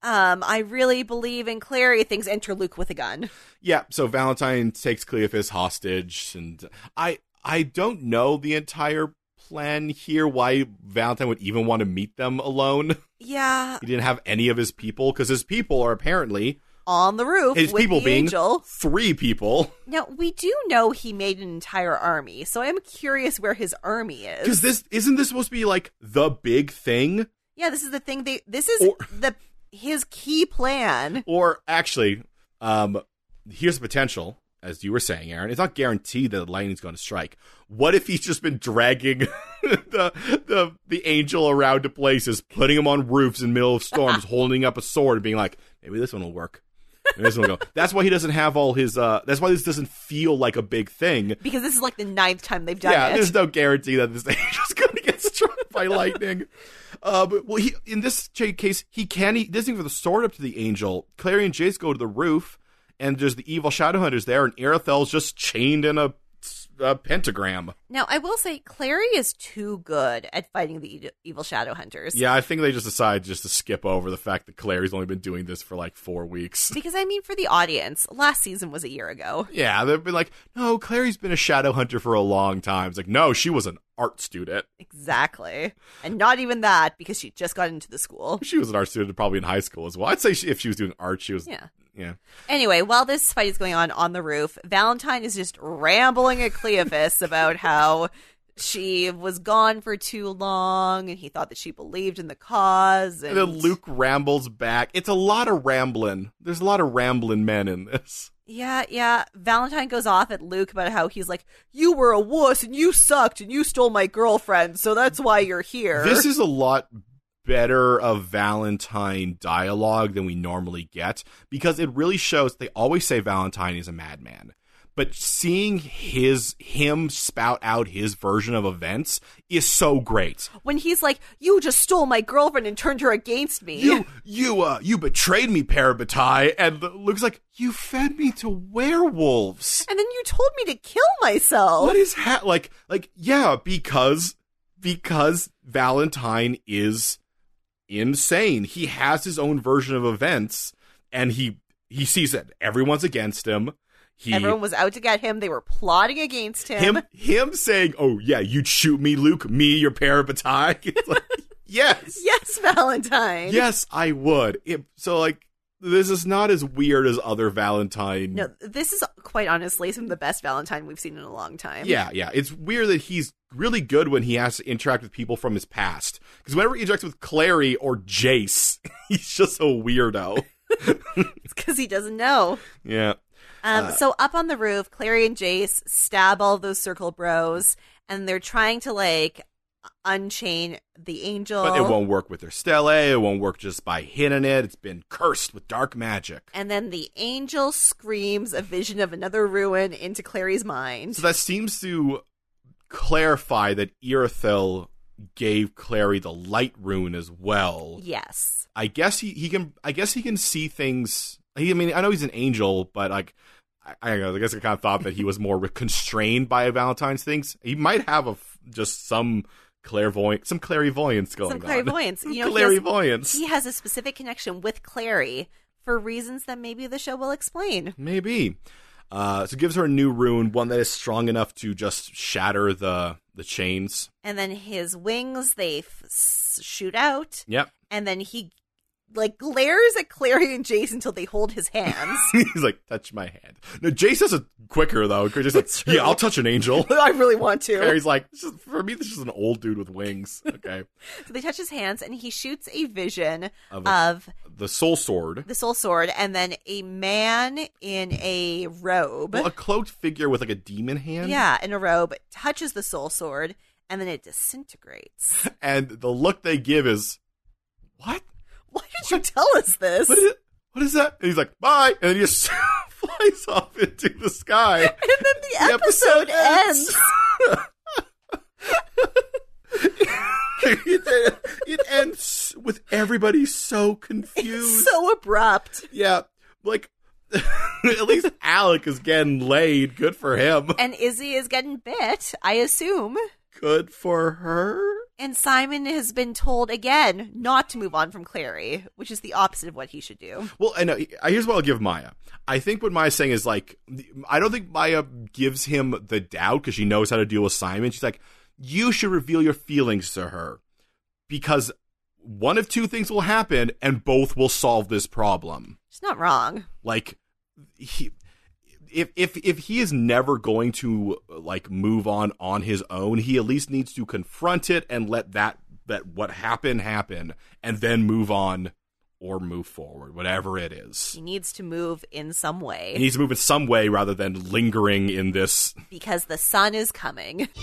[SPEAKER 2] Um, I really believe in Clary." Things enter Luke with a gun.
[SPEAKER 1] yeah. So Valentine takes Cleophas hostage, and I I don't know the entire plan here. Why Valentine would even want to meet them alone?
[SPEAKER 2] Yeah,
[SPEAKER 1] He didn't have any of his people because his people are apparently
[SPEAKER 2] on the roof
[SPEAKER 1] his
[SPEAKER 2] with
[SPEAKER 1] people
[SPEAKER 2] the
[SPEAKER 1] being
[SPEAKER 2] angel.
[SPEAKER 1] three people.
[SPEAKER 2] Now we do know he made an entire army, so I'm curious where his army is.
[SPEAKER 1] Because this isn't this supposed to be like the big thing?
[SPEAKER 2] Yeah, this is the thing. They this is
[SPEAKER 1] Or-
[SPEAKER 2] the his key plan.
[SPEAKER 1] Or actually, um, here's the potential, as you were saying, Aaron. It's not guaranteed that the lightning's going to strike. What if he's just been dragging the, the the angel around to places, putting him on roofs in the middle of storms, holding up a sword and being like, maybe this one will work. Maybe this one will go. That's why he doesn't have all his. Uh, that's why this doesn't feel like a big thing.
[SPEAKER 2] because this is like the ninth time they've done
[SPEAKER 1] yeah,
[SPEAKER 2] it.
[SPEAKER 1] there's no guarantee that this angel's going to get struck by lightning. Uh, but, well, he in this cha- case, he can. He doesn't even have the sword up to the angel. Clary and Jace go to the roof, and there's the evil Shadowhunters there, and Aerithel's just chained in a, a pentagram.
[SPEAKER 2] Now, I will say, Clary is too good at fighting the e- evil shadow hunters.
[SPEAKER 1] Yeah, I think they just decide just to skip over the fact that Clary's only been doing this for like four weeks.
[SPEAKER 2] Because, I mean, for the audience, last season was a year ago.
[SPEAKER 1] Yeah, they've been like, no, Clary's been a shadow hunter for a long time. It's like, no, she was an art student.
[SPEAKER 2] Exactly. And not even that, because she just got into the school.
[SPEAKER 1] She was an art student probably in high school as well. I'd say she, if she was doing art, she was.
[SPEAKER 2] Yeah.
[SPEAKER 1] yeah.
[SPEAKER 2] Anyway, while this fight is going on on the roof, Valentine is just rambling at Cleophas about how she was gone for too long and he thought that she believed in the cause
[SPEAKER 1] And then Luke rambles back. It's a lot of rambling. There's a lot of rambling men in this.
[SPEAKER 2] yeah yeah valentine goes off at luke about how he's like you were a wuss and you sucked and you stole my girlfriend so that's why you're here
[SPEAKER 1] This is a lot better of Valentine dialogue than we normally get because it really shows they always say Valentine is a madman. But seeing his him spout out his version of events is so great.
[SPEAKER 2] when he's like you just stole my girlfriend and turned her against me
[SPEAKER 1] You you uh you betrayed me, Parabatai, and Luke's like, You fed me to werewolves.
[SPEAKER 2] and then you told me to kill myself
[SPEAKER 1] What is ha- like like yeah because because Valentine is insane. He has his own version of events and he he sees that everyone's against him. He
[SPEAKER 2] everyone was out to get him they were plotting against him,
[SPEAKER 1] him him saying, "Oh yeah, you'd shoot me, Luke. Me, your parabatai." It's like, yes.
[SPEAKER 2] yes valentine
[SPEAKER 1] Yes, I would. It- so like this is not as weird as other Valentine
[SPEAKER 2] no this is quite honestly some of the best valentine we've seen in a long time
[SPEAKER 1] Yeah, yeah. It's weird that he's really good when he has to interact with people from his past. Because whenever he interacts with Clary or Jace, he's just a weirdo.
[SPEAKER 2] because he doesn't know
[SPEAKER 1] yeah.
[SPEAKER 2] Um,
[SPEAKER 1] Uh.
[SPEAKER 2] so up on the roof, Clary and Jace stab all those circle bros, and they're trying to like unchain the angel.
[SPEAKER 1] But it won't work with their stele. It won't work just by hitting it. It's been cursed with dark magic.
[SPEAKER 2] And then the angel screams a vision of another ruin into Clary's mind.
[SPEAKER 1] So that seems to clarify that Irithel gave Clary the light rune as well.
[SPEAKER 2] Yes.
[SPEAKER 1] I guess he, he can I guess he can see things. He, I mean, I know he's an angel, but like I, I don't know. I guess I kind of thought that he was more constrained by Valentine's things. He might have a f- just some clairvoyant, some clairvoyance going
[SPEAKER 2] Some
[SPEAKER 1] on.
[SPEAKER 2] clairvoyance. You know, he has-
[SPEAKER 1] clairvoyance.
[SPEAKER 2] He has a specific connection with Clary for reasons that maybe the show will explain.
[SPEAKER 1] Maybe. Uh, so gives her a new rune, one that is strong enough to just shatter the the chains.
[SPEAKER 2] And then his wings they f- s- shoot out,
[SPEAKER 1] Yep.
[SPEAKER 2] and then he like glares at Clary and Jace until they hold his hands.
[SPEAKER 1] He's like, touch my hand. No, Jace does it quicker though. 'cause He's like, yeah, I'll touch an angel.
[SPEAKER 2] I really want to.
[SPEAKER 1] He's like, this is- for me, this is an old dude with wings. Okay.
[SPEAKER 2] So they touch his hands, and he shoots a vision
[SPEAKER 1] Of
[SPEAKER 2] of,
[SPEAKER 1] a- the soul sword.
[SPEAKER 2] the soul sword, and then a man in a robe.
[SPEAKER 1] Well, a cloaked figure with like a demon hand.
[SPEAKER 2] yeah, in a robe touches the soul sword, and then it disintegrates.
[SPEAKER 1] And the look they give is, what?
[SPEAKER 2] Why did you tell us this?
[SPEAKER 1] What is it? What is that? And he's like, bye. And then he just flies off into the sky.
[SPEAKER 2] and then the, episode, ends.
[SPEAKER 1] it, it ends with everybody so
[SPEAKER 2] It's
[SPEAKER 1] confused.
[SPEAKER 2] so abrupt.
[SPEAKER 1] yeah. Like, at least Alec is getting laid. Good for him.
[SPEAKER 2] And Izzy is getting bit, I assume.
[SPEAKER 1] Good for her.
[SPEAKER 2] And Simon has been told again not to move on from Clary, which is the opposite of what he should do.
[SPEAKER 1] Well, I know. I- Here's what I'll give Maya. I think what Maya's saying is like, I don't think Maya gives him the doubt because she knows how to deal with Simon. She's like, you should reveal your feelings to her because one of two things will happen and both will solve this problem.
[SPEAKER 2] She's not wrong.
[SPEAKER 1] Like, he. If, if if he is never going to like move on on his own, he at least needs to confront it and let that that what happened happen, and then move on or move forward, whatever it is.
[SPEAKER 2] He needs to move in some way.
[SPEAKER 1] He needs to move in some way rather than lingering in this.
[SPEAKER 2] because the sun is coming.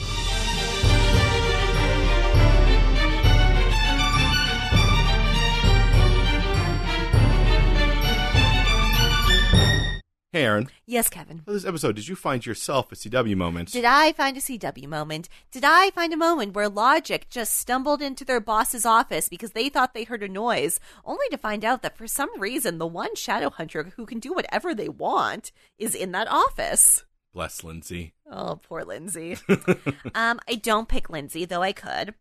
[SPEAKER 1] Hey, Aaron,
[SPEAKER 2] Yes, Kevin.
[SPEAKER 1] for this episode, did you find yourself a CW moment?
[SPEAKER 2] Did I find a CW moment? Did I find a moment where Logic just stumbled into their boss's office because they thought they heard a noise, only to find out that for some reason the one Shadowhunter who can do whatever they want is in that office?
[SPEAKER 1] Bless Lindsay.
[SPEAKER 2] Oh, poor Lindsay. um, I don't pick Lindsay, though I could.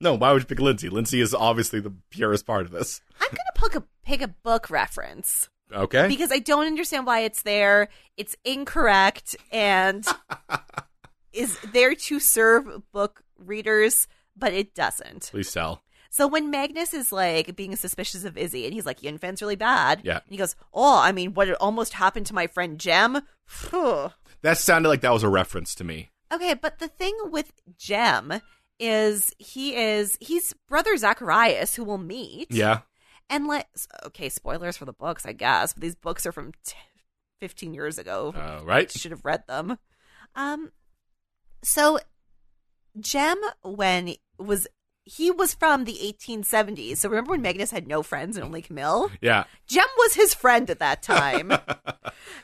[SPEAKER 1] No, why would you pick Lindsay? Lindsay is obviously the purest part of this.
[SPEAKER 2] I'm going to pick a, pick a book reference
[SPEAKER 1] Okay.
[SPEAKER 2] because I don't understand why it's there. It's incorrect and is there to serve book readers, but it doesn't.
[SPEAKER 1] Please tell.
[SPEAKER 2] So when Magnus is like being suspicious of Izzy and he's like, Yinfan's really bad.
[SPEAKER 1] Yeah.
[SPEAKER 2] And he goes, Oh, I mean, what almost happened to my friend Jem? Phew."
[SPEAKER 1] That sounded like that was a reference to me.
[SPEAKER 2] Okay, but the thing with Jem is he is he's brother Zacharias who will meet.
[SPEAKER 1] Yeah.
[SPEAKER 2] And let okay, spoilers for the books, I guess, but these books are from t- 15 years ago.
[SPEAKER 1] Uh, right?
[SPEAKER 2] Should have read them. Um so Jem when was he was from the 1870s. So remember when Magnus had no friends and only Camille?
[SPEAKER 1] Yeah.
[SPEAKER 2] Jem was his friend at that time.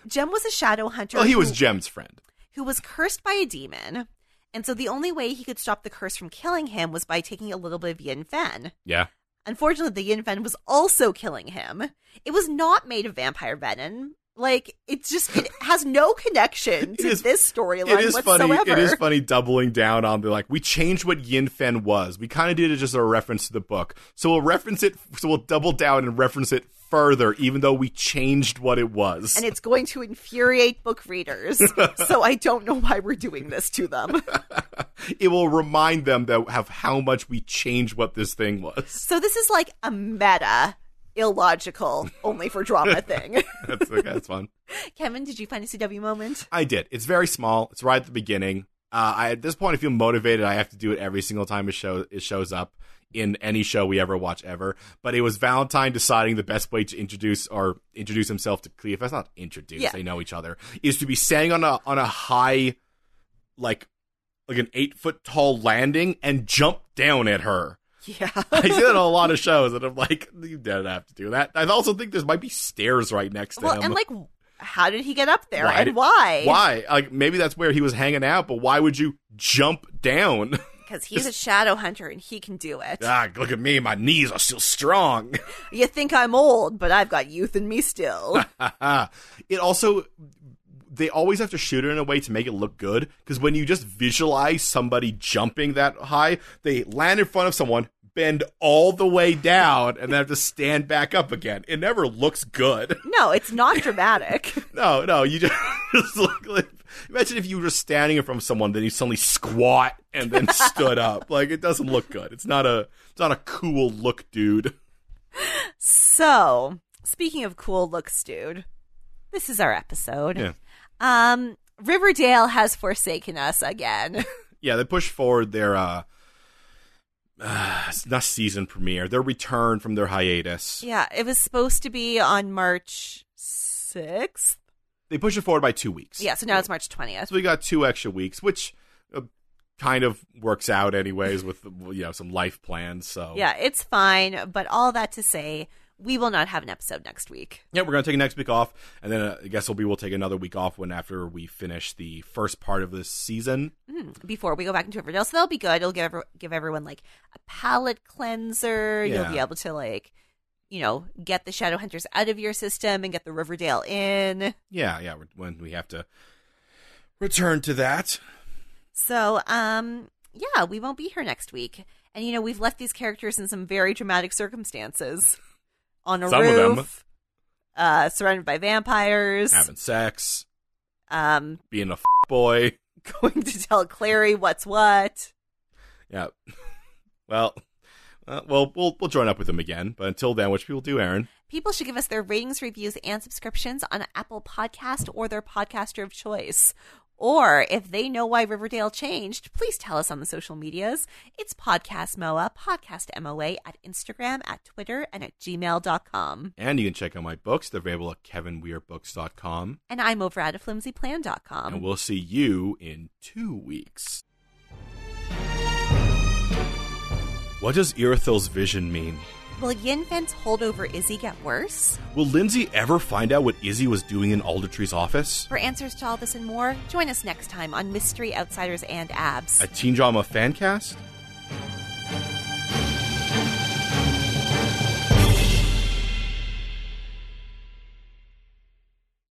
[SPEAKER 2] Jem was a shadow hunter.
[SPEAKER 1] Well, Oh, he was
[SPEAKER 2] who-
[SPEAKER 1] Jem's friend.
[SPEAKER 2] who was cursed by a demon. And so the only way he could stop the curse from killing him was by taking a little bit of Yin Fen.
[SPEAKER 1] Yeah.
[SPEAKER 2] Unfortunately, the Yin Fen was also killing him. It was not made of vampire venom. Like it's just it has no connection to
[SPEAKER 1] is-
[SPEAKER 2] this
[SPEAKER 1] It
[SPEAKER 2] storyline
[SPEAKER 1] is funny.
[SPEAKER 2] whatsoever.
[SPEAKER 1] It is funny doubling down on the like. We changed what Yin Fen was. We kind of did it as a reference to the book. So we'll reference it. So we'll double down and reference it further, even though we changed what it was.
[SPEAKER 2] and it's going to infuriate book readers. so I don't know why we're doing this to them.
[SPEAKER 1] it will remind them that of how much we changed what this thing was.
[SPEAKER 2] So this is like a meta, illogical, only for drama thing.
[SPEAKER 1] That's that's fun.
[SPEAKER 2] Kevin, did you find a CW moment?
[SPEAKER 1] I did. It's very small. It's right at the beginning. Uh, I, at this point, I feel motivated. I have to do it every single time it, show, it shows up in any show we ever watch ever. But it was Valentine deciding the best way to introduce or introduce himself to Cleve. That's not introduce.
[SPEAKER 2] Yeah.
[SPEAKER 1] They know each other. Is to be standing on a on a high, like like an eight foot tall landing and jump down at her.
[SPEAKER 2] Yeah.
[SPEAKER 1] I see that on a lot of shows, and I'm like, you didn't have to do that. I also think there might be stairs right next to
[SPEAKER 2] Well,
[SPEAKER 1] him.
[SPEAKER 2] and like, how did he get up there,
[SPEAKER 1] Why
[SPEAKER 2] and
[SPEAKER 1] did-
[SPEAKER 2] why?
[SPEAKER 1] Why? Like maybe that's where he was hanging out, but why would you jump down?
[SPEAKER 2] Because he's a shadow hunter and he can do it.
[SPEAKER 1] ah, look at me, my knees are still strong.
[SPEAKER 2] You think I'm old, but I've got youth in me still.
[SPEAKER 1] it also they always have to shoot it in a way to make it look good because when you just visualize somebody jumping that high, they land in front of someone, bend all the way down, and then have to stand back up again. It never looks good.
[SPEAKER 2] no, it's not dramatic.
[SPEAKER 1] No, no, you just, just look like. Imagine if you were standing in front of someone, then you suddenly squat and then stood up. Like it doesn't look good. It's not a, it's not a cool look, dude.
[SPEAKER 2] so, speaking of cool looks, dude, this is our episode.
[SPEAKER 1] Yeah.
[SPEAKER 2] Um, Riverdale has forsaken us again.
[SPEAKER 1] Yeah, they push forward their, uh, uh it's not season premiere, their return from their hiatus.
[SPEAKER 2] yeah, it was supposed to be on March 6th.
[SPEAKER 1] They push it forward by two weeks.
[SPEAKER 2] Yeah, so now it's March 20th.
[SPEAKER 1] So we got two extra weeks, which uh, kind of works out anyways with you know some life plans. So
[SPEAKER 2] Yeah, it's fine, but all that to say, we will not have an episode next week.
[SPEAKER 1] Yeah, we're gonna take next week off, and then uh, I guess we'll be we'll take another week off when after we finish the first part of this season.
[SPEAKER 2] before we go back into Riverdale. So that'll be good. It'll give every- give everyone like a palate cleanser. You'll be
[SPEAKER 1] Yeah.
[SPEAKER 2] able to like, you know, get the Shadow Hunters out of your system and get the Riverdale in.
[SPEAKER 1] Yeah, yeah, we're- when we have to return to that.
[SPEAKER 2] So, um, yeah, we won't be here next week. And you know, we've left these characters in some very dramatic circumstances. On a
[SPEAKER 1] Some of them.
[SPEAKER 2] roof, uh, surrounded by vampires,
[SPEAKER 1] Having sex,
[SPEAKER 2] um,
[SPEAKER 1] being a f- boy.
[SPEAKER 2] going to tell Clary what's what.
[SPEAKER 1] Yeah. well, uh, well, we'll we'll join up with them again, but until then, which people do, Aaron.
[SPEAKER 2] People should give us their ratings, reviews, and subscriptions on Apple Podcast or their podcaster of choice. Or if they know why Riverdale changed, please tell us on the social medias. It's Podcast MOA, Podcast MOA at Instagram, at Twitter, and at gmail.com.
[SPEAKER 1] And you can check out my books. They're available at kevinweirbooks.com.
[SPEAKER 2] And I'm over at a flimsyplan.com.
[SPEAKER 1] and we'll see you in two weeks. What does Irithel's vision mean?
[SPEAKER 2] Will Yin Fen's holdover Izzy get worse?
[SPEAKER 1] Will Lindsay ever find out what Izzy was doing in Aldertree's office?
[SPEAKER 2] For answers to all this and more, join us next time on Mystery Outsiders and Abs.
[SPEAKER 1] A teen drama fan cast?